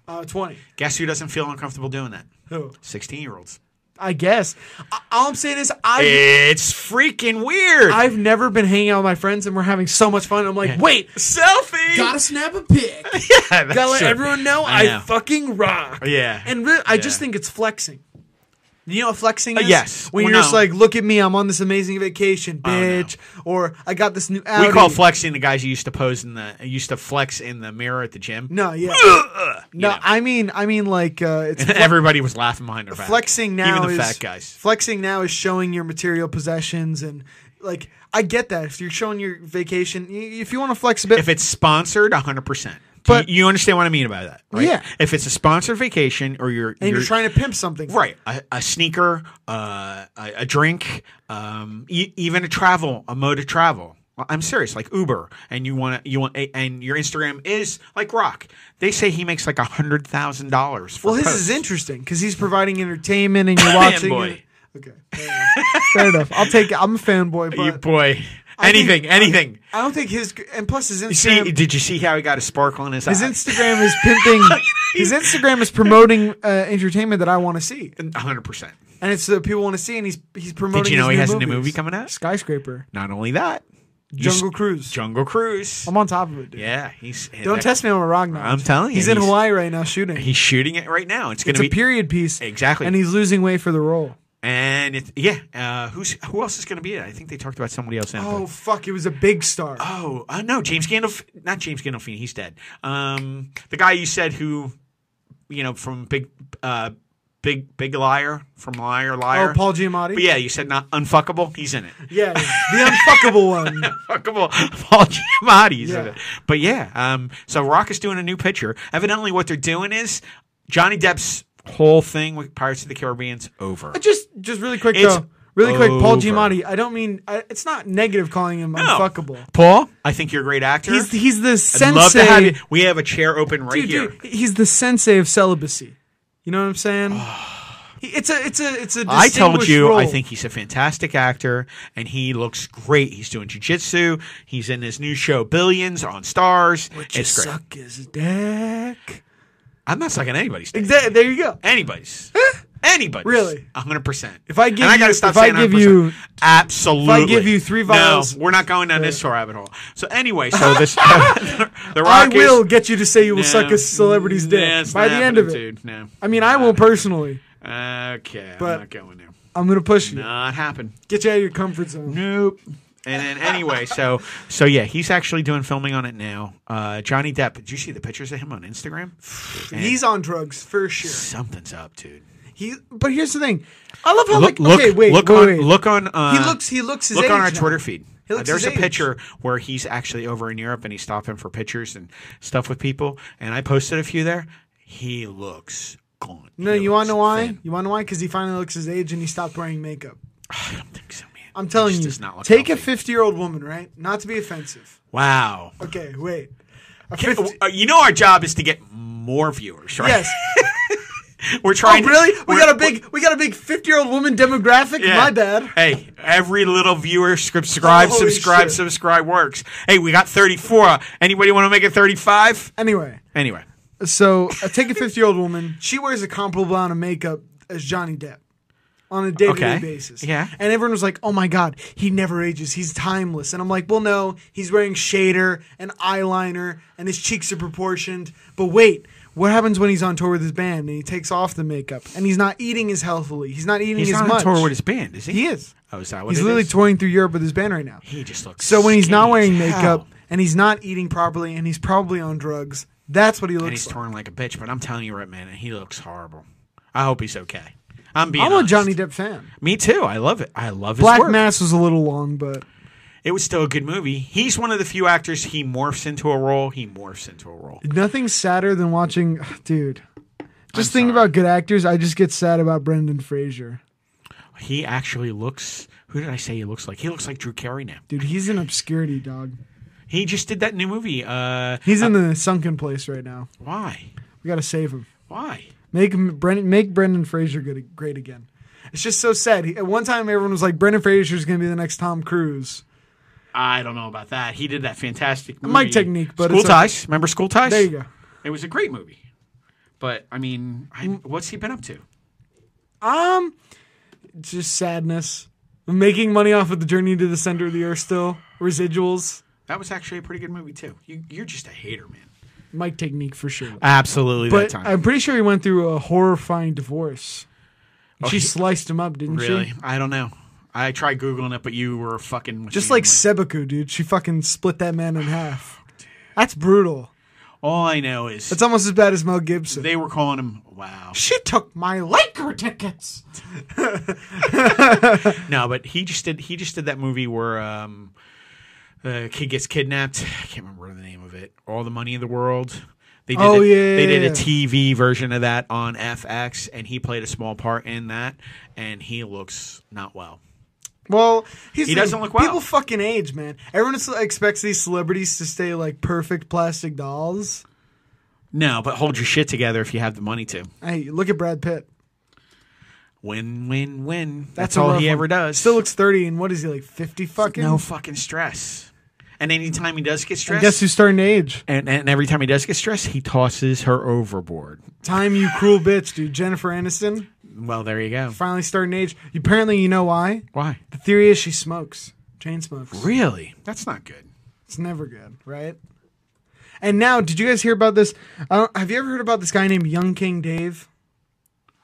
S2: uh, 20.
S3: Guess who doesn't feel uncomfortable doing that?
S2: Who?
S3: Sixteen-year-olds.
S2: I guess. I- all I'm saying is I
S3: It's freaking weird.
S2: I've never been hanging out with my friends and we're having so much fun. I'm like, wait,
S3: Selfie.
S2: gotta snap a pic.
S3: Yeah, that's
S2: gotta let
S3: true.
S2: everyone know
S3: I
S2: I,
S3: know.
S2: fucking rock.
S3: Yeah.
S2: And really, I just
S3: Yeah. Uh,
S2: think it's flexing. You know what flexing is?
S3: yes.
S2: When
S3: Well,
S2: you're just
S3: no. Oh,
S2: like, look at me, I'm on this amazing vacation,
S3: no.
S2: bitch. Or I got this new
S3: we
S2: Audi.
S3: call flexing the guys who used to pose in the used to flex in the mirror at the gym.
S2: No, yeah. no,
S3: know.
S2: I mean, I mean, like, uh, it's fle-
S3: Everybody was laughing behind their back.
S2: flexing now
S3: even the
S2: is
S3: fat guys.
S2: flexing now is showing your material possessions and like I get that if you're showing your vacation, y- if you want to flex a bit,
S3: If it's sponsored, hundred percent.
S2: But-
S3: But you understand what I mean by that, right?
S2: Yeah.
S3: If it's a sponsored vacation or you're
S2: and you're, trying to pimp something,
S3: right a, a sneaker, uh, a, a drink, um, e- even a travel, a mode of travel. I'm serious, like Uber, and you want to you want, and your Instagram is like Rock. They say he makes like a hundred thousand dollars.
S2: Well, his is interesting because he's providing entertainment and you're watching.
S3: Fanboy.
S2: it. Okay, fair enough. Fair enough. I'll take. it. I'm a fanboy, but
S3: boy.
S2: I think-
S3: Anything, anything.
S2: I don't think his and plus his Instagram.
S3: See, did you see how he got a sparkle in his,
S2: his
S3: eye?
S2: Instagram is pimping. his Instagram is promoting uh, entertainment that I want to see,
S3: hundred percent.
S2: and it's that people want to see, and he's he's promoting.
S3: Did you know
S2: his
S3: he has a new
S2: movies.
S3: movie coming out?
S2: Skyscraper,
S3: Not only that, you
S2: Jungle
S3: s-
S2: Cruise.
S3: Jungle Cruise.
S2: I'm on top of it, dude.
S3: Yeah, he's
S2: Don't
S3: that-
S2: test me on a rock knowledge.
S3: I'm telling you,
S2: he's in
S3: he's-
S2: Hawaii right now shooting.
S3: He's shooting it right now. It's
S2: it's
S3: gonna
S2: a
S3: be
S2: period piece,
S3: Exactly.
S2: and he's losing weight for the role.
S3: and it, yeah. Uh, who's who else is gonna be in it? I think they talked about somebody else. In it, but-
S2: Oh fuck! It was a big star.
S3: oh, uh, no, James Gandolf, not James Gandolfini. He's dead. Um, the guy you said who, you know, from Big, uh, Big, Big Liar from Liar Liar.
S2: oh, Paul Giamatti.
S3: But yeah, you said not unfuckable. He's in it.
S2: Yeah, the unfuckable one.
S3: Fuckable Paul Giamatti's in
S2: Yeah.
S3: it. But yeah, um, so Rock is doing a new picture. Evidently, what they're doing is Johnny Depp's whole thing with Pirates of the Caribbean's over.
S2: Just, just really quick
S3: It's
S2: though. Really quick, Paul
S3: over.
S2: Giamatti. I don't mean I, it's not negative calling him unfuckable.
S3: Paul, I think you're a great actor.
S2: He's he's the
S3: I'd
S2: sensei.
S3: love to have you. We have a chair open right
S2: Dude,
S3: here.
S2: dude, he's the sensei of celibacy. You know what I'm saying? He- it's a it's a it's a.
S3: I told
S2: distinguished
S3: you, I
S2: role.
S3: think he's a fantastic actor, and he looks great. He's doing jujitsu. He's in his new show Billions on Stars.
S2: you
S3: it's great.
S2: suck his dick.
S3: I'm not sucking anybody's. dick.
S2: Exactly. There you go.
S3: Anybody's. Anybody's.
S2: Really?
S3: A 100%.
S2: If I give
S3: and I
S2: you-
S3: gotta stop
S2: if I give
S3: saying 100%.
S2: you- if
S3: absolutely,
S2: I give you three vials-
S3: no, we're not going down this rabbit hole. So anyway, so this the rock
S2: I
S3: is-
S2: will get you to say you will
S3: No.
S2: suck a celebrity's dick
S3: Yeah, it's
S2: by
S3: not
S2: the end of it.
S3: happening, Dude. No.
S2: I mean, I will personally.
S3: Okay,
S2: But-
S3: I'm not going there.
S2: I'm gonna push you.
S3: Not happen.
S2: Get you out of your comfort zone.
S3: Nope. And then anyway, so so yeah, he's actually doing filming on it now. Uh, Johnny Depp, did you see the pictures of him on Instagram? And
S2: He's on drugs for sure.
S3: something's up, dude.
S2: He, but here's the thing. I love how
S3: Look,
S2: like okay,
S3: look,
S2: Oh, wait,
S3: look
S2: wait,
S3: on,
S2: wait.
S3: look on. Uh,
S2: he looks he looks his
S3: look
S2: age
S3: on our
S2: now.
S3: Twitter feed.
S2: He looks
S3: There's a
S2: his age.
S3: picture where he's actually over in Europe and he's stopping for pictures and stuff with people. And I posted a few there. He looks gone.
S2: No,
S3: He
S2: you want to know
S3: looks
S2: why?
S3: thin.
S2: You want to know why? Because he finally looks his age and he stopped wearing makeup.
S3: I don't think so, man.
S2: I'm
S3: He
S2: telling
S3: just
S2: you,
S3: does not look
S2: take a
S3: healthy.
S2: 50 year old woman, right? Not to be offensive.
S3: Wow.
S2: Okay, wait. A
S3: Can-
S2: 50
S3: uh, you know our job is to get more viewers, right?
S2: yes. Oh,
S3: We're trying. to-
S2: really? We
S3: we're-
S2: got a big we got a big 50 year old woman demographic.
S3: Yeah.
S2: My bad.
S3: Hey, every little viewer, subscribe,
S2: Holy
S3: subscribe,
S2: shit.
S3: subscribe works. Hey, we got 34. Anybody want to make it 35?
S2: Anyway,
S3: Anyway,
S2: so uh, take a 50 year old woman. She wears a comparable amount of makeup as Johnny Depp on a day to day
S3: Okay.
S2: basis.
S3: Yeah.
S2: And everyone was like, oh my God, he never ages. He's timeless. And I'm like, well, no, he's wearing shader and eyeliner and his cheeks are proportioned. But wait. What happens when he's on tour with his band and he takes off the makeup and he's not eating as healthily? He's not eating
S3: he's
S2: as
S3: not
S2: much.
S3: on tour with his band, is he?
S2: he is.
S3: Oh, is that what
S2: He's
S3: it
S2: literally
S3: is?
S2: touring through Europe with his band right now.
S3: he just looks.
S2: So when he's not wearing
S3: skinny as
S2: makeup
S3: hell.
S2: and he's not eating properly and he's probably on drugs, that's what he
S3: and he's
S2: looks like.
S3: touring like a bitch, but I'm telling you right, man, he looks horrible. I hope he's okay. I'm being.
S2: I'm a
S3: honest.
S2: Johnny Depp fan.
S3: Me too. I love it. I love his
S2: Black
S3: work.
S2: Mass was a little long, but
S3: It was still a good movie. He's one of the few actors he morphs into a role. He morphs into a role.
S2: nothing sadder than watching, dude. Just
S3: I'm
S2: think
S3: sorry.
S2: about good actors. I just get sad about Brendan Fraser,
S3: He actually looks. Who did I say he looks like? He looks like Drew Carey now.
S2: dude. He's in obscurity, dog.
S3: He just did that new movie. Uh,
S2: He's in the sunken place right now.
S3: why?
S2: We gotta save him.
S3: Why?
S2: Make him- Brendan make Brendan Fraser good, great again. It's just so sad. He, at one time, everyone was like, Brendan Fraser's gonna be the next Tom Cruise.
S3: I don't know about that. He did that fantastic movie.
S2: Mike Technique, but
S3: School
S2: it's a-
S3: Ties. Remember School Ties?
S2: There you go.
S3: It was a great movie. But I mean, I,
S2: Mm.
S3: what's he been up to?
S2: Um, just sadness. Making money off of the journey to the center of the earth still. Residuals.
S3: That was actually a pretty good movie too. You, you're just a hater, man.
S2: Mike technique for sure.
S3: Absolutely,
S2: But I'm pretty sure he went through a horrifying divorce. she
S3: Oh, he-
S2: sliced him up, didn't
S3: really,
S2: she?
S3: I don't know. I tried googling it, but you were fucking with
S2: Just
S3: me.
S2: like
S3: I'm
S2: Sebaku, dude. She fucking split that man in half. That's brutal.
S3: all I know is
S2: That's almost as bad as Mel Gibson.
S3: they were calling him. Wow,
S2: she took my Laker tickets.
S3: No, but he just did. He just did that movie where um, the kid gets kidnapped. I can't remember the name of it. All the money in the world. They did
S2: Oh,
S3: a,
S2: yeah,
S3: They did
S2: yeah,
S3: a TV version of that on FX, and he played a small part in that. And he looks not well.
S2: Well, he's
S3: He
S2: the-
S3: doesn't look well.
S2: People fucking age, man. Everyone s- expects these celebrities to stay like perfect plastic dolls.
S3: No, but hold your shit together if you have the money to.
S2: Hey, look at Brad Pitt.
S3: Win, win, win. That's,
S2: a
S3: all
S2: rough
S3: he
S2: one.
S3: ever does.
S2: Still looks 30, and what is he, like 50 fucking?
S3: no fucking stress. And anytime he does
S2: I
S3: get stressed,
S2: guess who's starting to age?
S3: and, and every time he does get stressed, he tosses her overboard.
S2: Time, you cruel bitch, dude. Jennifer Aniston,
S3: Well, there you go.
S2: finally starting to age. Apparently, you know why?
S3: Why?
S2: The theory is she smokes. Chain smokes.
S3: Really? That's not good.
S2: It's never good, right? And now, did you guys hear about this? I don't, have you ever heard about this guy named Young King Dave?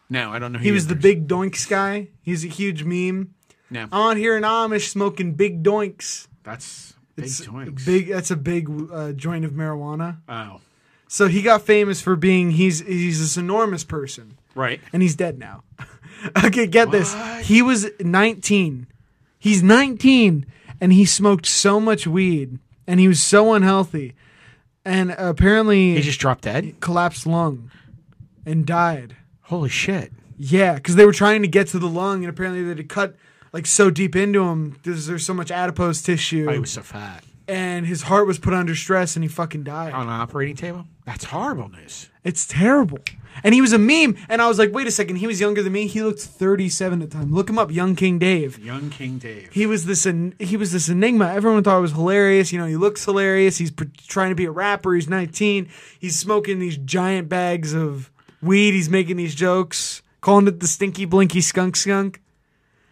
S3: No, I don't know. Who
S2: He was the
S3: is.
S2: big doinks guy. He's a huge meme.
S3: No,
S2: I'm out here in Amish smoking big doinks.
S3: that's big
S2: It's
S3: joints.
S2: Big. That's a big uh, joint of marijuana.
S3: Oh,
S2: So he got famous for being he's he's this enormous person,
S3: right.
S2: and he's dead now. okay, get this.
S3: What?
S2: He was 19. He's 19, and he smoked so much weed, and he was so unhealthy, and apparently
S3: He just dropped dead.
S2: collapsed lung, and died.
S3: Holy shit!
S2: Yeah, because they were trying to get to the lung, and apparently they had cut like so deep into him because there's so much adipose tissue,
S3: Oh, he was so fat
S2: and his heart was put under stress, and he fucking died.
S3: on an operating table. That's horrible news.
S2: It's terrible. And he was a meme. And I was like, wait a second, he was younger than me. He looked 37 at the time. Look him up, Young King Dave.
S3: Young King Dave.
S2: He was this en- he was this enigma. Everyone thought it was hilarious. You know, he looks hilarious. He's pr- trying to be a rapper. He's 19. He's smoking these giant bags of weed. He's making these jokes, calling it the stinky blinky skunk skunk,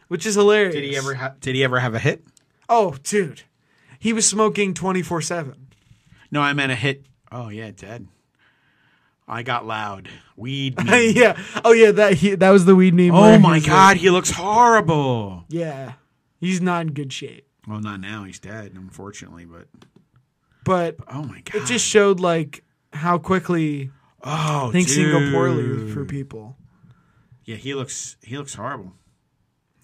S2: which is hilarious.
S3: Did he ever? Ha- did he ever have a hit?
S2: Oh, dude. He was smoking 24/7.
S3: No, I meant a hit. Oh yeah, dead. I got loud. Weed. meme.
S2: yeah. Oh yeah, that he, that was the weed meme. where
S3: oh
S2: he
S3: my
S2: was like-
S3: God, he looks horrible.
S2: yeah. He's not in good shape.
S3: Well, not now. He's dead, unfortunately. But
S2: But
S3: oh my God,
S2: it just showed like how quickly
S3: oh
S2: things can go
S3: dude.
S2: poorly for people.
S3: Yeah, he looks. He looks horrible.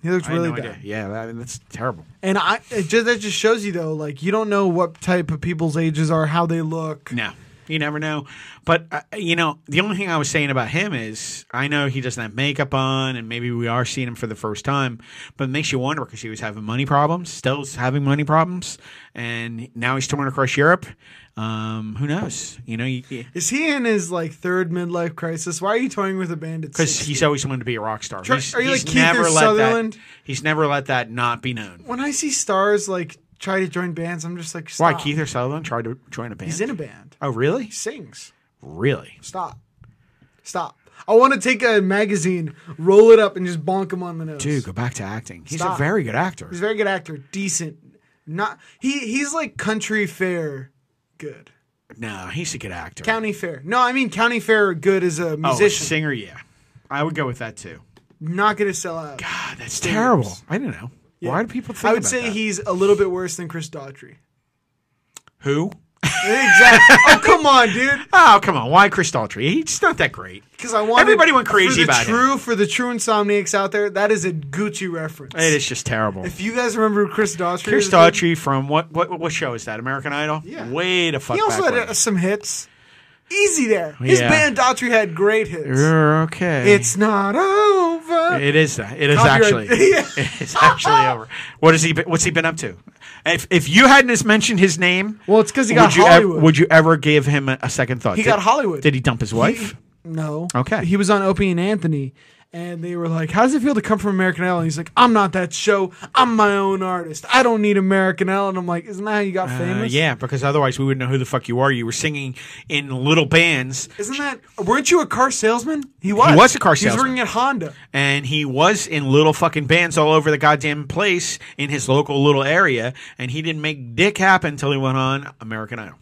S2: He looks
S3: I had
S2: really
S3: no
S2: bad.
S3: idea. Yeah, that, that's terrible.
S2: And I it just that just shows you though, like you don't know what type of people's ages are, how they look.
S3: No, you never know. But uh, you know, the only thing I was saying about him is I know he doesn't have makeup on, and maybe we are seeing him for the first time. But it makes you wonder because he was having money problems, still's having money problems, and now he's touring across Europe. Um, who knows? You know, because
S2: Is he in his like third midlife crisis? Why are you toying with a band? at 60?
S3: he's always wanted to be a rock star.
S2: Try-
S3: He's,
S2: are you
S3: he's
S2: like Keith
S3: never
S2: or
S3: let
S2: Sutherland?
S3: that. He's never let that not be known.
S2: when I see stars like try to join bands, I'm just like,
S3: Why
S2: stop.
S3: Keith or Sutherland tried to join a band?
S2: He's in a band.
S3: oh, really?
S2: He sings.
S3: Really?
S2: Stop. Stop. I want to take a magazine, roll it up, and just bonk him on the nose.
S3: Dude, go back to acting. He's
S2: Stop.
S3: a very good actor.
S2: He's a very good actor, decent. Not he. He's like country fair, good.
S3: no, he's a good actor.
S2: County fair. No, I mean county fair. Good as a
S3: Oh, a
S2: musician.
S3: singer, yeah. I would go with that too.
S2: Not gonna sell out.
S3: God, that's terrible. I don't know. Why do people think
S2: I would
S3: about
S2: say
S3: that?
S2: he's a little bit worse than Chris Daughtry.
S3: Who?
S2: exactly. oh come on, dude.
S3: Oh, come on. Why Chris Daughtry? He's not that great.
S2: Because I want
S3: Everybody went crazy
S2: for the
S3: about him.
S2: true for the true insomniacs out there. That is a Gucci reference.
S3: It is just terrible.
S2: If you guys remember who Chris Daughtry,
S3: Chris
S2: is,
S3: Daughtry from what, what what show is that? American Idol?
S2: Yeah.
S3: Way to fuck
S2: he also
S3: back
S2: had
S3: when.
S2: uh, some hits. Easy there. His
S3: Yeah.
S2: band Daughtry had great hits.
S3: You're okay.
S2: It's not over.
S3: It is that. It is
S2: Copyright-
S3: actually.
S2: Yeah.
S3: It's actually over. What is he? been- What's he been up to? If if you hadn't just mentioned his name,
S2: Well, it's 'cause he got
S3: would you ev-
S2: Hollywood.
S3: would you ever give him a, a second thought?
S2: He got Hollywood.
S3: Did he dump his wife?
S2: no.
S3: Okay.
S2: He was on Opie and Anthony, and they were like, "How does it feel to come from American Idol?" And he's like, "I'm not that show. I'm my own artist. I don't need American Idol." And I'm like, "Isn't that how you got
S3: Uh,
S2: famous?"
S3: yeah, because otherwise we wouldn't know who the fuck you are. You were singing in little bands,
S2: Isn't that? Weren't you a car salesman? He was.
S3: was a car
S2: He was
S3: salesman.
S2: working at Honda.
S3: and he was in little fucking bands all over the goddamn place in his local little area. And he didn't make dick happen until he went on American Idol.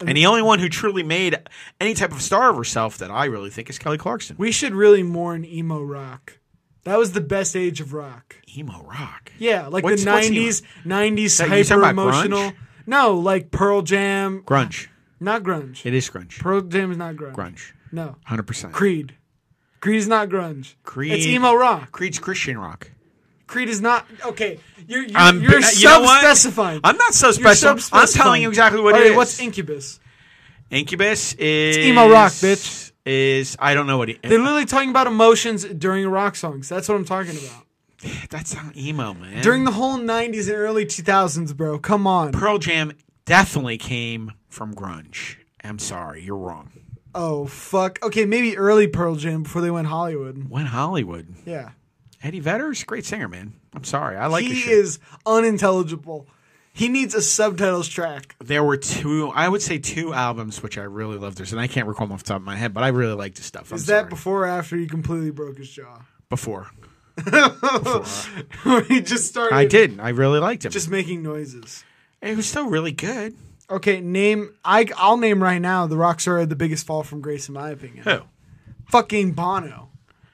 S3: And the only one who truly made any type of star of herself that I really think is Kelly Clarkson.
S2: We should really mourn emo rock. That was the best age of rock.
S3: Emo rock.
S2: Yeah, like
S3: What's-
S2: the
S3: what's emo?
S2: '90s, '90s
S3: That- you talking
S2: hyper
S3: about
S2: emotional.
S3: grunge?
S2: No, like Pearl Jam.
S3: Grunge.
S2: Not grunge.
S3: It is grunge.
S2: Pearl Jam is not grunge.
S3: Grunge.
S2: No.
S3: 100%.
S2: Creed. Creed is not grunge.
S3: Creed.
S2: It's emo rock.
S3: Creed's Christian rock.
S2: Creed is not. Okay, you're you're,
S3: I'm-
S2: you're
S3: you know what?
S2: sub-specifying.
S3: I'm not so
S2: You're
S3: special. I'm
S2: sub-specifying.
S3: telling you exactly what
S2: All
S3: it
S2: right,
S3: is.
S2: What's Incubus?
S3: Incubus is
S2: emo rock, bitch.
S3: Is I don't know what it,
S2: They're literally talking about emotions during rock songs. That's what I'm talking about.
S3: that's not emo, man.
S2: During the whole '90s and early 2000s, bro. Come on.
S3: Pearl Jam definitely came from grunge. I'm sorry, you're wrong.
S2: Oh fuck. Okay, maybe early Pearl Jam before they went Hollywood.
S3: When Hollywood,
S2: Yeah.
S3: Eddie Vedder's a great singer, man. I'm sorry, I like his
S2: he
S3: shit.
S2: is unintelligible. He needs a subtitles track.
S3: there were two, I would say two albums which I really loved. There's and I can't recall them off the top of my head, but I really liked his stuff. I'm
S2: Is
S3: sorry.
S2: that before or after he completely broke his jaw?
S3: before?
S2: Where he just started
S3: I did. I really liked him.
S2: just making noises.
S3: it was still really good.
S2: Okay, name I I'll name right now the rock star had the biggest fall from grace in my opinion.
S3: Who,
S2: Fucking Bono.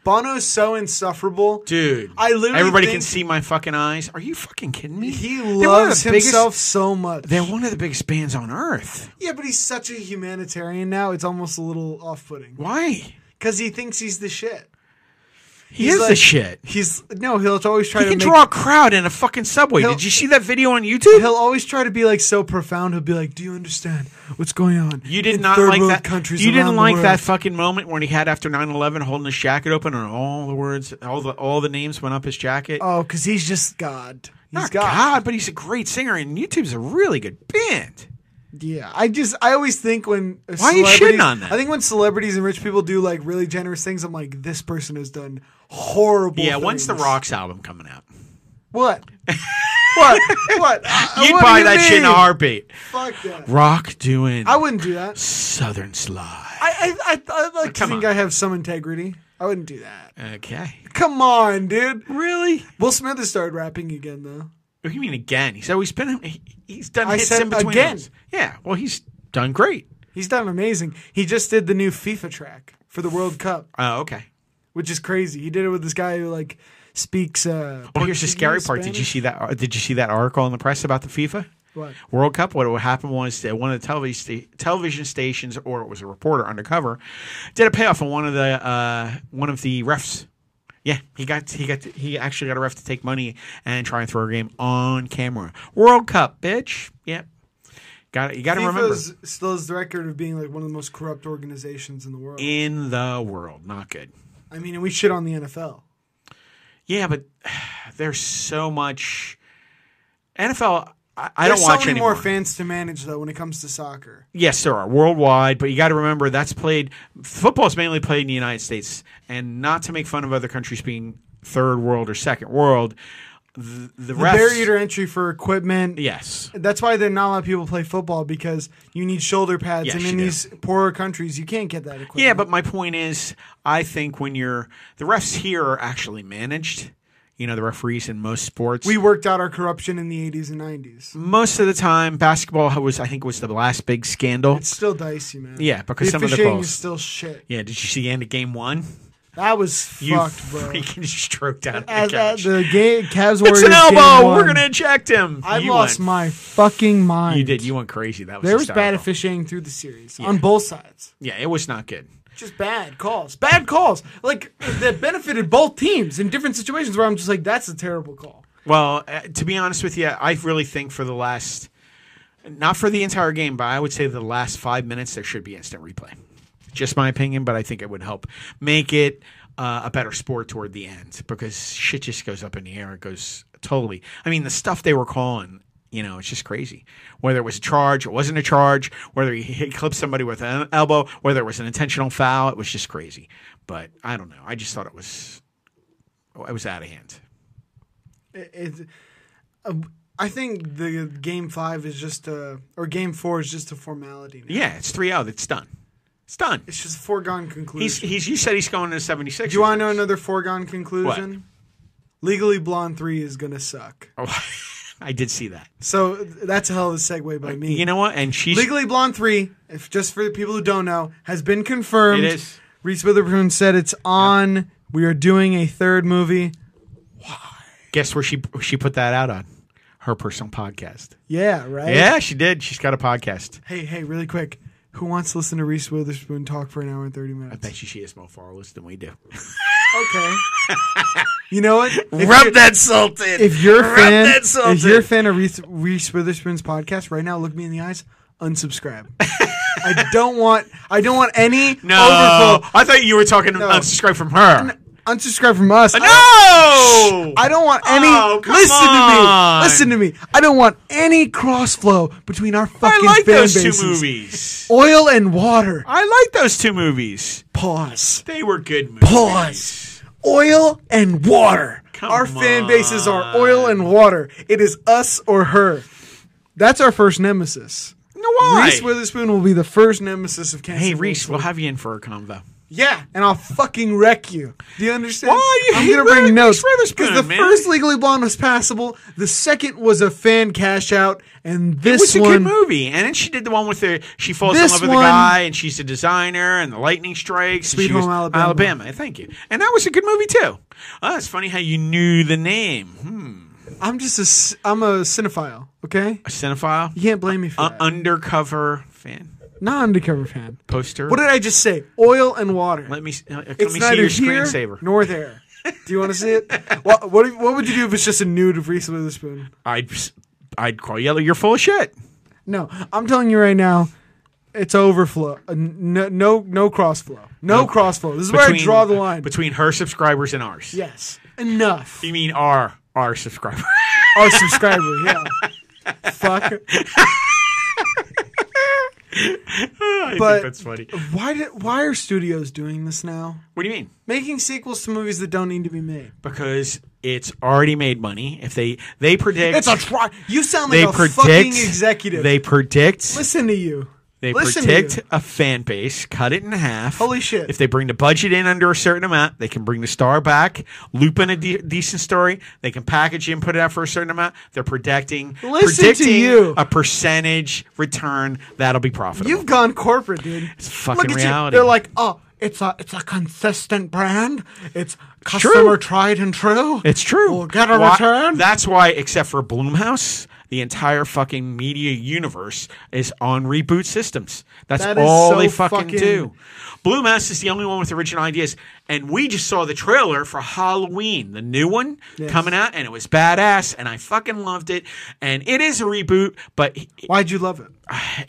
S2: Bono's so insufferable.
S3: dude?
S2: I literally
S3: everybody can
S2: think-
S3: see my fucking eyes. Are you fucking kidding me?
S2: He
S3: They're one of
S2: loves
S3: the biggest-
S2: himself so much.
S3: They're one of the biggest bands on earth.
S2: Yeah, but he's such a humanitarian now. It's almost a little off-putting
S3: Why?
S2: because he thinks he's the shit.
S3: He
S2: He's
S3: is the
S2: like-
S3: shit.
S2: He's no, he'll always try
S3: He
S2: to
S3: can
S2: make
S3: draw a crowd in a fucking subway.
S2: He'll-
S3: Did you see that video on YouTube?
S2: he'll always try to be like so profound. He'll be like, "Do you understand what's going on?"
S3: You did
S2: in
S3: not
S2: third
S3: like
S2: world
S3: that.
S2: Countries
S3: You
S2: around
S3: didn't
S2: the
S3: like
S2: world?"
S3: that fucking moment when he had after 9-11 holding his jacket open and all the words, all the all the names went up his jacket.
S2: oh, because he's just God. He's
S3: Not God. but he's a great singer, and YouTube's a really good band.
S2: Yeah, I just I always think when
S3: Why are you
S2: celebrities-
S3: shitting on that?
S2: I think when celebrities and rich people do like really generous things, I'm like, this person has done horrible.
S3: Yeah, when's the
S2: things.
S3: Rocks album coming out?
S2: What? what? What? I-
S3: You'd
S2: what do
S3: buy
S2: you
S3: that shit in a
S2: mean?
S3: heartbeat.
S2: Fuck that.
S3: Rock doing
S2: I wouldn't do that.
S3: Southern Slide.
S2: I I I, I like to
S3: Come
S2: think
S3: on.
S2: I have some integrity. I wouldn't do that.
S3: Okay.
S2: Come on, dude.
S3: Really?
S2: Will Smith has started rapping again though.
S3: What do you mean again? He's always been. He, he's done
S2: I
S3: hits
S2: said
S3: in between.
S2: again.
S3: rounds. Yeah. Well, he's done great.
S2: He's done amazing. He just did the new FIFA track for the World Cup,
S3: Oh, okay.
S2: which is crazy. He did it with this guy who like speaks. Uh,
S3: Well, Oh, here's the scary part. Did you
S2: Spanish.
S3: see that? uh, Did you see that article in the press about the FIFA
S2: What?
S3: World Cup? What what happened was that one of the television sta- television stations, or it was a reporter undercover, did a payoff on one of the uh, one of the refs, Yeah, he got he got he actually got a ref to take money and try and throw a game on camera. World Cup, bitch. Yep. Got you got to remember
S2: FIFA's still has the record of being like one of the most corrupt organizations in the world.
S3: in the world, not good.
S2: I mean, and we shit on the NFL.
S3: Yeah, but there's so much NFL. I, I
S2: There's
S3: don't
S2: so
S3: watch
S2: many
S3: anymore.
S2: more fans to manage though when it comes to soccer.
S3: Yes, there are worldwide, but you got to remember that's played. Football's mainly played in the United States, and not to make fun of other countries being third world or second world. The,
S2: The
S3: the, refs,
S2: barrier to entry for equipment.
S3: yes,
S2: That's why they're not a lot of people play football because you need shoulder pads,
S3: Yes,
S2: and
S3: you
S2: in
S3: do.
S2: these poorer countries, you can't get that equipment.
S3: Yeah, but my point is, I think when you're the refs here are actually managed. You know, the referees in most sports.
S2: we worked out our corruption in the '80s and '90s.
S3: most of the time basketball was I think was the last big scandal.
S2: It's still dicey, man.
S3: Yeah, because
S2: the
S3: some of the
S2: officiating
S3: calls-
S2: is still shit.
S3: yeah, did you see the end of game one?
S2: That was
S3: You
S2: fucked, bro.
S3: freaking stroked out.
S2: As,
S3: the,
S2: uh,
S3: couch.
S2: the game, Cavs
S3: it's
S2: Warriors
S3: an
S2: game
S3: elbow. We're
S2: one,
S3: gonna eject him.
S2: I
S3: You
S2: lost
S3: went-
S2: my fucking mind.
S3: You did. You went crazy. That was
S2: There was bad
S3: hysterical.
S2: officiating through the series on both sides.
S3: Yeah, it was not good.
S2: just bad calls, bad calls, like that benefited both teams in different situations. Where I'm just like, that's a terrible call.
S3: Well, uh, to be honest with you, I really think for the last, not for the entire game, but I would say the last five minutes there should be instant replay. Just my opinion, but I think it would help make it uh, a better sport toward the end because shit just goes up in the air. It goes totally. I mean, the stuff they were calling. You know, it's just crazy. Whether it was a charge, it wasn't a charge. Whether he hit, clipped somebody with an elbow, whether it was an intentional foul, it was just crazy. But I don't know. I just thought it was, oh, it was out of hand.
S2: It, it- uh, I think the game five is just a, or game four is just a formality. Now.
S3: Yeah, it's three out. It's done. It's done.
S2: It's just a foregone conclusion.
S3: He's he's. You said he's going to seventy six.
S2: Do you want to know another foregone conclusion? Legally Blonde three is gonna suck.
S3: Oh, I did see that.
S2: So that's a hell of a segue by me.
S3: You know what? And she's
S2: Legally Blonde three, if just for the people who don't know, has been confirmed.
S3: It is.
S2: Reese Witherspoon said it's on. We are doing a third movie.
S3: guess where she she put that out on her personal podcast.
S2: Yeah, right.
S3: Yeah, she did. She's got a podcast.
S2: Hey, hey, really quick. Who wants to listen to Reese Witherspoon talk for an hour and 30 minutes?
S3: I bet you she is more followers than we do.
S2: Okay. you know what? If you're,
S3: that salt in.
S2: if you're a
S3: Rub
S2: fan,
S3: that salt
S2: if you're a
S3: in.
S2: fan of Reese, Reese Witherspoon's podcast right now, look me in the eyes, unsubscribe. I don't want I don't want any
S3: no,
S2: overflow.
S3: I thought you were talking to unsubscribe from her.
S2: Unsubscribe from us.
S3: No,
S2: I- I don't want any.
S3: Oh, come
S2: listen
S3: on.
S2: to me. Listen to me. I don't want any cross flow between our
S3: I
S2: fucking
S3: like
S2: fan
S3: those
S2: bases.
S3: two movies.
S2: Oil and water.
S3: I like those two movies.
S2: Pause.
S3: They were good movies.
S2: Pause. oil and water.
S3: Come
S2: our fan bases are oil and water. It is us or her. That's our first nemesis.
S3: No, why?
S2: Reese Witherspoon will be the first nemesis of cancer.
S3: Hey
S2: culture.
S3: Reese, we'll have you in for a convo.
S2: yeah, and I'll fucking wreck you. Do you understand?
S3: Why you
S2: I'm
S3: hate
S2: gonna bring
S3: Reese
S2: notes
S3: Witherspoon,
S2: because the
S3: man?
S2: first Legally Blonde was passable. The second was a fan cash out, and
S3: It was
S2: this
S3: a
S2: one,
S3: good movie, and then she did the one with the she falls in
S2: This
S3: love with a
S2: one-
S3: guy, and she's a designer, and the lightning strikes. and
S2: Sweet
S3: she was-
S2: Home Alabama.
S3: Alabama. Thank you, and that was a good movie too. Oh, it's funny how you knew the name. Hmm.
S2: I'm just a, c- I'm a cinephile. Okay,
S3: A cinephile,
S2: you can't blame me for
S3: a
S2: that.
S3: undercover fan
S2: Not undercover fan.
S3: poster.
S2: What did I just say? Oil and water.
S3: uh, let me s- uh, let
S2: It's
S3: me see
S2: neither
S3: your
S2: here
S3: screensaver.
S2: nor there. Do you want to see it? what, what if- what would you do if it's just a nude of Reese Witherspoon?
S3: I'd s- I'd call you. You're full of shit.
S2: No, I'm telling you right now, it's overflow. Uh, No, no, no cross flow. No, cross flow. This is where I draw the line.
S3: between her subscribers and ours.
S2: yes, enough.
S3: You mean our our subscriber?
S2: Our subscriber, yeah. Fuck.
S3: I
S2: But-
S3: think that's funny.
S2: Why did? Why are studios doing this now?
S3: What do you mean?
S2: Making sequels to movies that don't need to be made.
S3: because it's already made money. If they they predict,
S2: It's a try. You sound like
S3: they
S2: a
S3: predict
S2: fucking executive.
S3: They predict.
S2: listen to you.
S3: they
S2: listen to
S3: predict
S2: you.
S3: a fan base, cut it in half.
S2: Holy shit.
S3: If they bring the budget in under a certain amount, they can bring the star back, loop in a de- decent story. They can package it and put it out for a certain amount. They're predicting,
S2: Listen to
S3: predicting
S2: you.
S3: a percentage return that'll be profitable.
S2: You've gone corporate, dude.
S3: It's fucking
S2: Look at
S3: reality.
S2: You. They're like, oh, it's a it's a consistent brand. It's Customer tried and true.
S3: It's true.
S2: We'll get a
S3: Why-
S2: return.
S3: That's why, except for Bloomhouse, the entire fucking media universe is on reboot systems. That's
S2: That is
S3: all
S2: so
S3: they fucking,
S2: fucking-
S3: do. Bloomhouse is the only one with original ideas, and we just saw the trailer for Halloween, the new one
S2: Yes.
S3: coming out, and it was badass, and I fucking loved it. And it is a reboot, but
S2: Why'd you love it?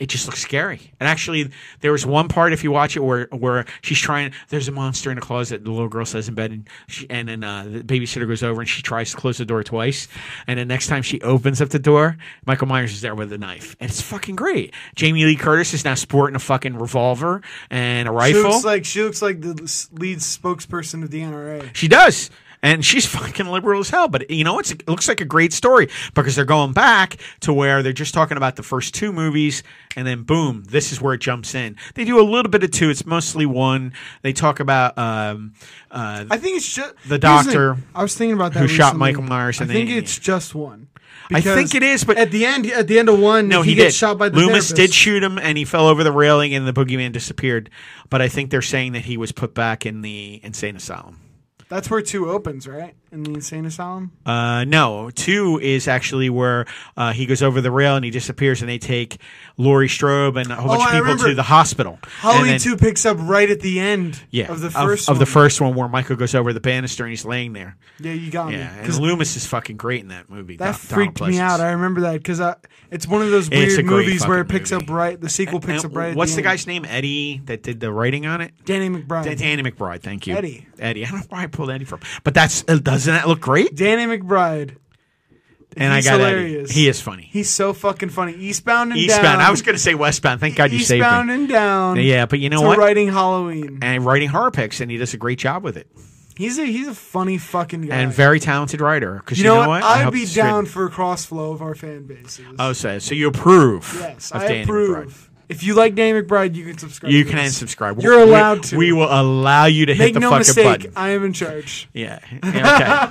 S3: it just looks scary. And actually, there was one part if you watch it where where she's trying. There's a monster in the closet. The little girl says in bed, and she, and then uh, the babysitter goes over and she tries to close the door twice. And the next time she opens up the door, Michael Myers is there with a knife, and it's fucking great. Jamie Lee Curtis is now sporting a fucking revolver and a
S2: She
S3: rifle.
S2: looks like she looks like the s- lead spokesperson of the NRA.
S3: She does. And she's fucking liberal as hell, but you know it's, it looks like a great story because they're going back to where they're just talking about the first two movies, and then boom, this is where it jumps in. They do a little bit of two; it's mostly one. They talk about um, uh,
S2: I think it's just here's
S3: The
S2: thing.
S3: doctor
S2: I was thinking about that.
S3: who shot
S2: recently.
S3: Michael Myers
S2: I
S3: and
S2: think
S3: they-
S2: it's just one.
S3: I think
S2: Because
S3: it is, but-
S2: at the end, at the end of one,
S3: no,
S2: he,
S3: he, did.
S2: gets shot by the
S3: Loomis
S2: therapist.
S3: did shoot him, and he fell over the railing, and the boogeyman disappeared. But I think they're saying that he was put back in the insane asylum.
S2: That's where two opens, right? In the insane asylum.
S3: Uh, no, two is actually where uh, he goes over the rail and he disappears, and they take Laurie Strobe and a whole
S2: Oh,
S3: bunch
S2: I
S3: of people
S2: remember.
S3: to the hospital.
S2: Halloween
S3: And then-
S2: two picks up right at the end.
S3: yeah,
S2: of the first
S3: of, the
S2: one.
S3: first one where Michael goes over the banister and he's laying there.
S2: Yeah, you got
S3: Yeah,
S2: me.
S3: and Loomis is fucking great in that movie.
S2: That
S3: Don- Donald
S2: freaked me out.
S3: Pleasence.
S2: I remember that because it's one of those
S3: It's a
S2: weird
S3: great
S2: movies where it
S3: fucking
S2: picks up
S3: movie.
S2: right. The sequel picks
S3: And
S2: up right. At
S3: What's the,
S2: the, end.
S3: guy's name? Eddie that did the writing on it.
S2: Danny McBride.
S3: Da- Danny McBride, thank you,
S2: Eddie.
S3: Eddie, I don't know why I pulled Eddie from, but that's uh, doesn't that look great?
S2: Danny McBride.
S3: And
S2: He's
S3: I got
S2: hilarious.
S3: Eddie. He is funny.
S2: He's so fucking funny. Eastbound and
S3: Eastbound.
S2: down.
S3: I was gonna say Westbound. Thank God you saved me.
S2: Eastbound and down.
S3: Yeah, but you know
S2: to
S3: what?
S2: writing Halloween.
S3: and writing horror picks, and he does a great job with it.
S2: He's a he's a funny fucking guy.
S3: And very talented writer. Because
S2: you, know what? I'd be down for a cross flow of our fan bases.
S3: Oh, so, so you approve?
S2: yes,
S3: of
S2: I
S3: Danny
S2: approve.
S3: McBride.
S2: If you like Danny McBride, you can subscribe.
S3: You
S2: to
S3: can
S2: this.
S3: unsubscribe.
S2: You're
S3: We-
S2: allowed to.
S3: We will allow you to hit
S2: Make
S3: the
S2: no
S3: fucking
S2: mistake,
S3: button.
S2: I am in charge.
S3: Yeah. yeah,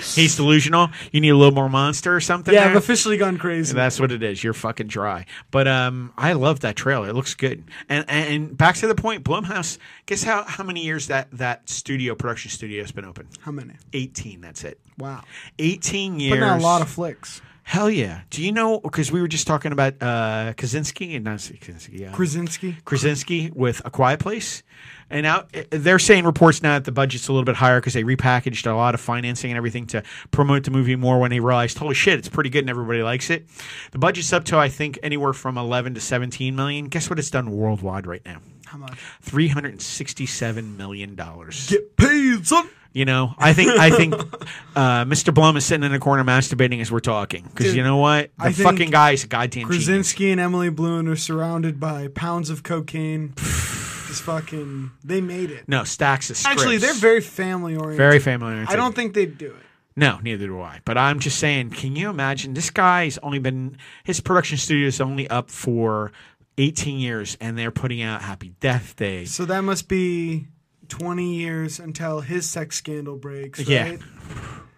S3: He's delusional. You need a little more monster or something.
S2: Yeah, I've
S3: there?
S2: officially gone crazy.
S3: That's what it is. You're fucking dry. But um, I love that trailer. It looks good. And and, and back to the point, Blumhouse. Guess how how many years that that studio production studio has been open?
S2: How many?
S3: Eighteen. That's it.
S2: Wow,
S3: Eighteen years.
S2: putting out a lot of flicks.
S3: Hell yeah! Do you know? Because we were just talking about uh, Kaczynski and not Kaczynski, uh,
S2: Krasinski.
S3: Krasinski with A Quiet Place, and now eh, they're saying reports now that the budget's a little bit higher because they repackaged a lot of financing and everything to promote the movie more. When they realized, holy shit, it's pretty good and everybody likes it, the budget's up to I think anywhere from eleven to seventeen million. Guess what? It's done worldwide right now.
S2: How much?
S3: Three hundred and sixty-seven million dollars.
S2: Get paid, son.
S3: You know, I think I think uh, Mr. Blum is sitting in a corner masturbating as we're talking because
S2: Dude,
S3: you know what, the
S2: I think
S3: fucking guy is a goddamn genius.
S2: Krasinski and Emily Blunt are surrounded by pounds of cocaine. Just fucking, they made it.
S3: No, stacks of scripts.
S2: Actually, they're very family oriented.
S3: very family.
S2: I don't think they'd do it.
S3: No, neither do I. But I'm just saying, can you imagine? This guy's only been his production studio is only up for 18 years, and they're putting out Happy Death Day.
S2: So that must be 20 years until his sex scandal breaks. Right?
S3: Yeah.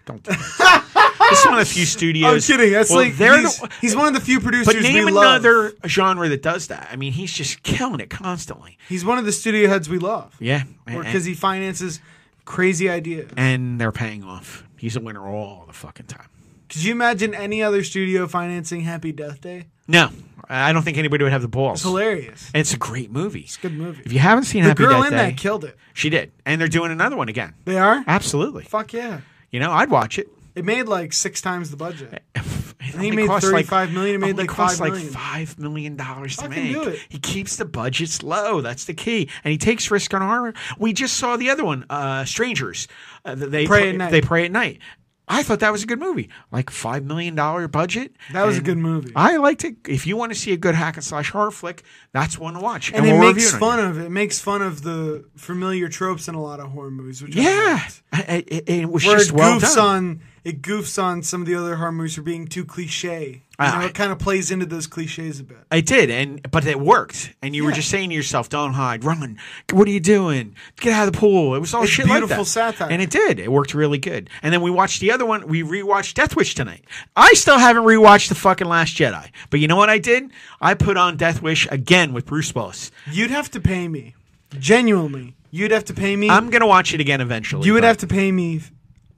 S3: Don't. Do that. this is one of the few
S2: I'm
S3: studios.
S2: kidding. That's
S3: Well,
S2: like
S3: they're
S2: he's,
S3: the-
S2: he's one of the few producers.
S3: But name
S2: we love.
S3: another genre that does that. I mean, he's just killing it constantly.
S2: He's one of the studio heads we love.
S3: Yeah,
S2: because he finances crazy ideas.
S3: and they're paying off. He's a winner all the fucking time.
S2: Could you imagine any other studio financing Happy Death Day?
S3: No, I don't think anybody would have the balls.
S2: It's hilarious.
S3: And it's a great movie. It's a
S2: good movie.
S3: If you haven't seen
S2: The
S3: Happy
S2: girl
S3: Death
S2: in
S3: Day,
S2: that killed it.
S3: she did, and they're doing another one again.
S2: They are.
S3: Absolutely.
S2: Fuck yeah.
S3: You know, I'd watch it.
S2: It made like six times the budget.
S3: It
S2: he
S3: only
S2: made
S3: costs
S2: $35 million, it made
S3: only
S2: like
S3: costs
S2: $5
S3: like
S2: million.
S3: five million dollars to
S2: Fucking
S3: make.
S2: do it.
S3: He keeps the budgets low. That's the key, and he takes risk on horror. We just saw the other one, uh, Strangers. Uh, th- they
S2: Pray at Night.
S3: They pray at night. I thought that was a good movie, like five million dollar budget.
S2: That was a
S3: and
S2: good movie.
S3: I liked it. If you want to see a good hack and slash horror flick, that's one to watch.
S2: and, it
S3: we'll
S2: makes
S3: review it on
S2: fun
S3: here.
S2: of it makes fun of the familiar tropes in a lot of horror movies. Which I
S3: Yeah,
S2: liked.
S3: I- I- I- it was
S2: where it
S3: just well
S2: goofs
S3: done.
S2: on it goofs on some of the other horror movies for being too cliche. You
S3: Ah.
S2: know, it kind of plays into those cliches a bit.
S3: I did, and but it worked. And you were
S2: Yeah.
S3: just saying to yourself, "Don't hide, run. What are you doing? Get out of the pool." It was all
S2: It's
S3: shit like
S2: beautiful
S3: that.
S2: satire.
S3: and it did. It worked really good. And then we watched the other one. We rewatched Death Wish tonight. I still haven't rewatched the fucking Last Jedi, but you know what I did? I put on Death Wish again with Bruce Willis.
S2: You'd have to pay me, genuinely. You'd have to pay me.
S3: I'm gonna watch it again eventually.
S2: you would
S3: but
S2: have to pay me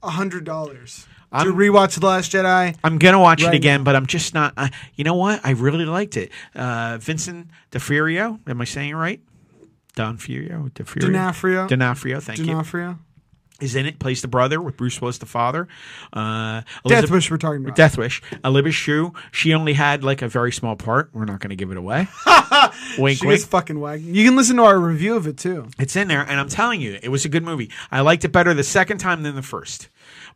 S2: a hundred dollars to
S3: I'm-
S2: rewatch the Last Jedi.
S3: I'm gonna watch
S2: Right
S3: it again, but I'm just not. I, you know what? I really liked it. Uh, Vincent D'Onofrio. Am I saying it right? D'Onofrio. D'Onofrio.
S2: D'Onofrio.
S3: D'Onofrio. Thank you.
S2: D'Onofrio.
S3: Is in it. Plays the brother. Where Bruce was the father. Uh,
S2: Death
S3: Elizabeth-
S2: Wish. We're talking about.
S3: Death Wish. Elizabeth Shue. She only had like a very small part. We're not gonna give it away. wink,
S2: She
S3: wink.
S2: was fucking wagging. You can listen to our review of it too.
S3: It's in there, and I'm telling you, it was a good movie. I liked it better the second time than the first.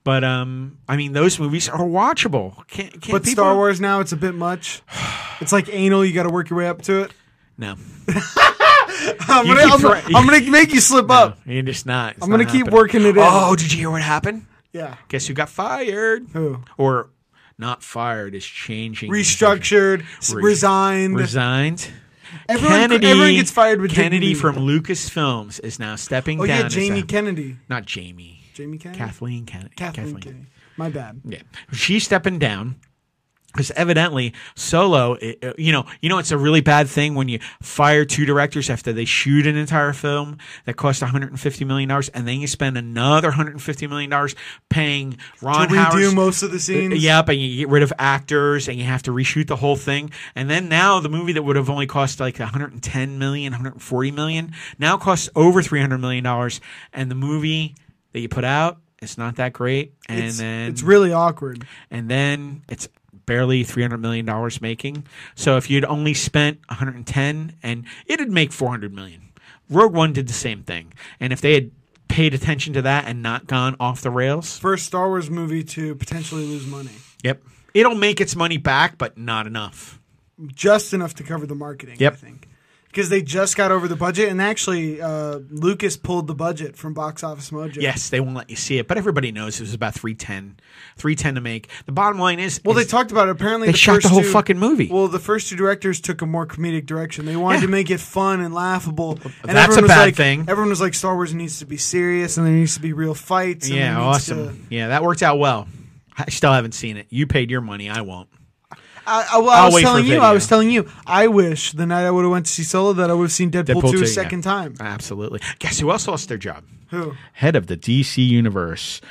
S3: But um, I mean, those movies are watchable. Can, can
S2: But
S3: people...
S2: Star Wars now, it's a bit much. It's like anal. You got to work your way up to it.
S3: No,
S2: I'm
S3: You
S2: gonna,
S3: keep
S2: I'm gonna-
S3: try-
S2: I'm gonna make you slip up.
S3: you're just not.
S2: I'm gonna keep working it in.
S3: Oh, did you hear what happened?
S2: Yeah.
S3: Guess who got fired?
S2: Who?
S3: Or not fired is changing.
S2: Restructured. s-
S3: Re-
S2: resigned.
S3: Resigned.
S2: Everyone-
S3: Kennedy,
S2: everyone gets fired with
S3: Kennedy
S2: dignity.
S3: from Lucas Films is now stepping
S2: oh
S3: down.
S2: yeah,
S3: as
S2: Jamie
S3: a-
S2: Kennedy.
S3: not Jamie.
S2: Jamie Kennedy.
S3: Kathleen Kennedy.
S2: Kathleen Kennedy. My bad.
S3: Yeah, she's stepping down because evidently Solo. it- it- you know, you know, it's a really bad thing when you fire two directors after they shoot an entire film that cost 150 million dollars, and then you spend another 150 million dollars paying Ron Uh,
S2: to redo
S3: Howard.
S2: most of the scenes.
S3: Yep, and you get rid of actors, and you have to reshoot the whole thing. And then now the movie that would have only cost like 110 million, 140 million, now costs over 300 million dollars. And the movie that you put out, it's not that great. And
S2: It's,
S3: then
S2: it's really awkward.
S3: and then it's barely 300 million dollars making so if you'd only spent 110 and it'd make 400 million rogue one did the same thing and if they had paid attention to that and not gone off the rails
S2: First Star Wars movie to potentially lose money,
S3: yep it'll make its money back but not enough
S2: just enough to cover the marketing. I
S3: Yep.
S2: think because they just got over the budget, and actually uh, Lucas pulled the budget from Box Office Mojo.
S3: yes they won't let you see it but everybody knows it was about 310 310 to make the bottom line is
S2: Well, they
S3: is-
S2: talked about it. Apparently,
S3: They
S2: the
S3: shot the
S2: first
S3: whole
S2: two-
S3: fucking movie.
S2: Well, the first two directors took a more comedic direction. They wanted
S3: Yeah.
S2: to make it fun and laughable. And
S3: That's a
S2: everyone was
S3: bad
S2: like,
S3: thing.
S2: Everyone was like, "Star Wars needs to be serious, and there needs to be real fights." And
S3: yeah
S2: there needs
S3: awesome
S2: to-
S3: yeah that worked out well i still haven't seen it you paid your money i won't
S2: I, I, well,
S3: I'll
S2: I was
S3: wait for
S2: telling you,
S3: video.
S2: I was telling you, I wish the night I would have went to see Solo that I would have seen Deadpool,
S3: Deadpool
S2: 2
S3: two,
S2: a
S3: yeah.
S2: second time.
S3: absolutely guess who else lost their job
S2: Who?
S3: head of the DC universe.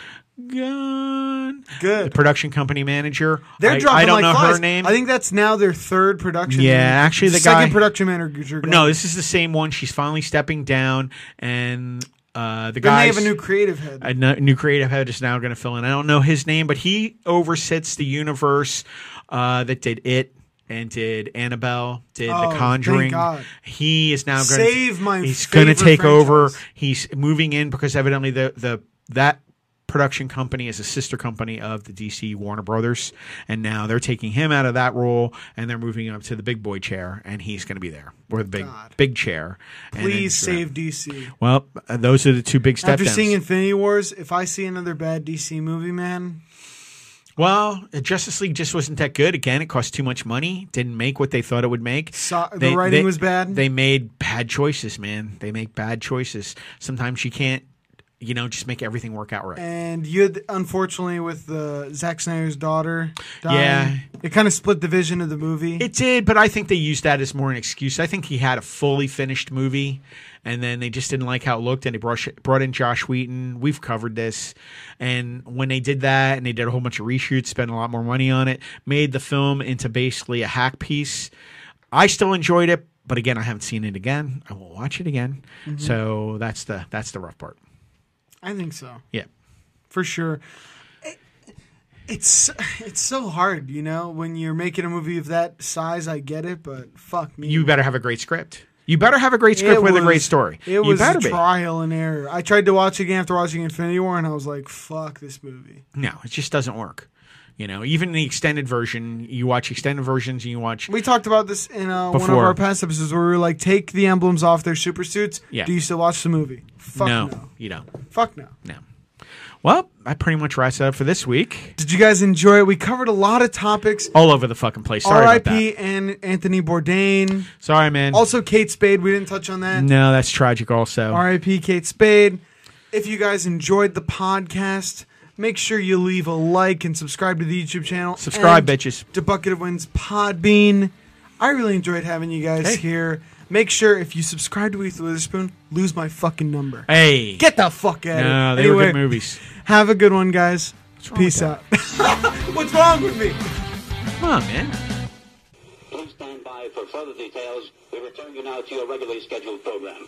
S3: Gun.
S2: Good.
S3: The production company manager.
S2: They're
S3: I,
S2: dropping
S3: I
S2: like
S3: don't know
S2: flies.
S3: her name.
S2: I think that's now their third production.
S3: Yeah,
S2: manager.
S3: actually the
S2: second
S3: guy-
S2: production manager. got-
S3: no, this is the same one. She's finally stepping down, and uh, the
S2: then
S3: guy
S2: they have a new creative head.
S3: a nu- new creative head is now going to fill in. I don't know his name, but he oversits the universe uh, that did it and did Annabelle, did
S2: Oh,
S3: The
S2: thank
S3: Conjuring.
S2: God.
S3: He is now going
S2: Save my
S3: He's going to
S2: favorite
S3: take over.
S2: franchise.
S3: He's moving in because evidently the the that production company is a sister company of the DC Warner Brothers, and now they're taking him out of that role and they're moving him up to the big boy chair, and he's going to be there or the big
S2: God.
S3: big chair. and then
S2: Please
S3: he's-
S2: save DC.
S3: Well, uh, those are the two big step
S2: After
S3: downs.
S2: seeing Infinity Wars, if I see another bad DC movie, man,
S3: Well, the Justice League just wasn't that good. Again, it cost too much money. Didn't make what they thought it would make.
S2: So- the writing was bad?
S3: They made bad choices, man. They make bad choices. Sometimes you can't, you know, just make everything work out right.
S2: and you had, unfortunately with the Zack Snyder's daughter, dying,
S3: Yeah.
S2: it kind of split the vision of the movie.
S3: it did, but I think they used that as more an excuse. I think he had a fully finished movie, and then they just didn't like how it looked, and they brought brought in Josh Wheaton. We've covered this, and when they did that, and they did a whole bunch of reshoots, spent a lot more money on it, made the film into basically a hack piece. I still enjoyed it, but again, I haven't seen it again. I won't watch it again.
S2: Mm-hmm.
S3: So that's the that's the rough part.
S2: I think so.
S3: Yeah.
S2: for sure. It- It's it's so hard, you know, when you're making a movie of that size. I get it, but fuck me.
S3: You better have a great script. You better have a great
S2: It
S3: script with
S2: was-
S3: a great story.
S2: It
S3: you
S2: was
S3: better
S2: a trial and error. I tried to watch again after watching Infinity War, and I was like, "Fuck this movie."
S3: No, it just doesn't work. You know, even the extended version, you watch extended versions and you watch.
S2: We talked about this in uh, one of
S3: Before.
S2: our past episodes where we were like, "Take the emblems off their super suits."
S3: Yeah.
S2: Do you still watch the movie? Fuck
S3: no,
S2: no.
S3: you don't.
S2: Fuck no.
S3: No. Well, that pretty much wraps it up for this week.
S2: Did you guys enjoy it? We covered a lot of topics.
S3: All over the fucking place. Sorry about that.
S2: R.I.P. and Anthony Bourdain.
S3: Sorry, man.
S2: Also, Kate Spade. We didn't touch on that.
S3: no, that's tragic. Also,
S2: R.I.P. Kate Spade. If you guys enjoyed the podcast, make sure you leave a like and subscribe to the YouTube channel.
S3: subscribe,
S2: and
S3: bitches.
S2: To Bucket of Wins Podbean. I really enjoyed having you guys
S3: Hey.
S2: here. Make sure if you subscribe to Reese Witherspoon, lose my fucking number.
S3: Hey.
S2: Get the fuck out
S3: no,
S2: of
S3: they
S2: here.
S3: were
S2: Anyway,
S3: good movies.
S2: have a good one, guys.
S3: wrong
S2: Peace
S3: with
S2: out. What's wrong with me?
S3: Come on, man.
S4: Please stand by for further details. We return you now to your regularly scheduled program.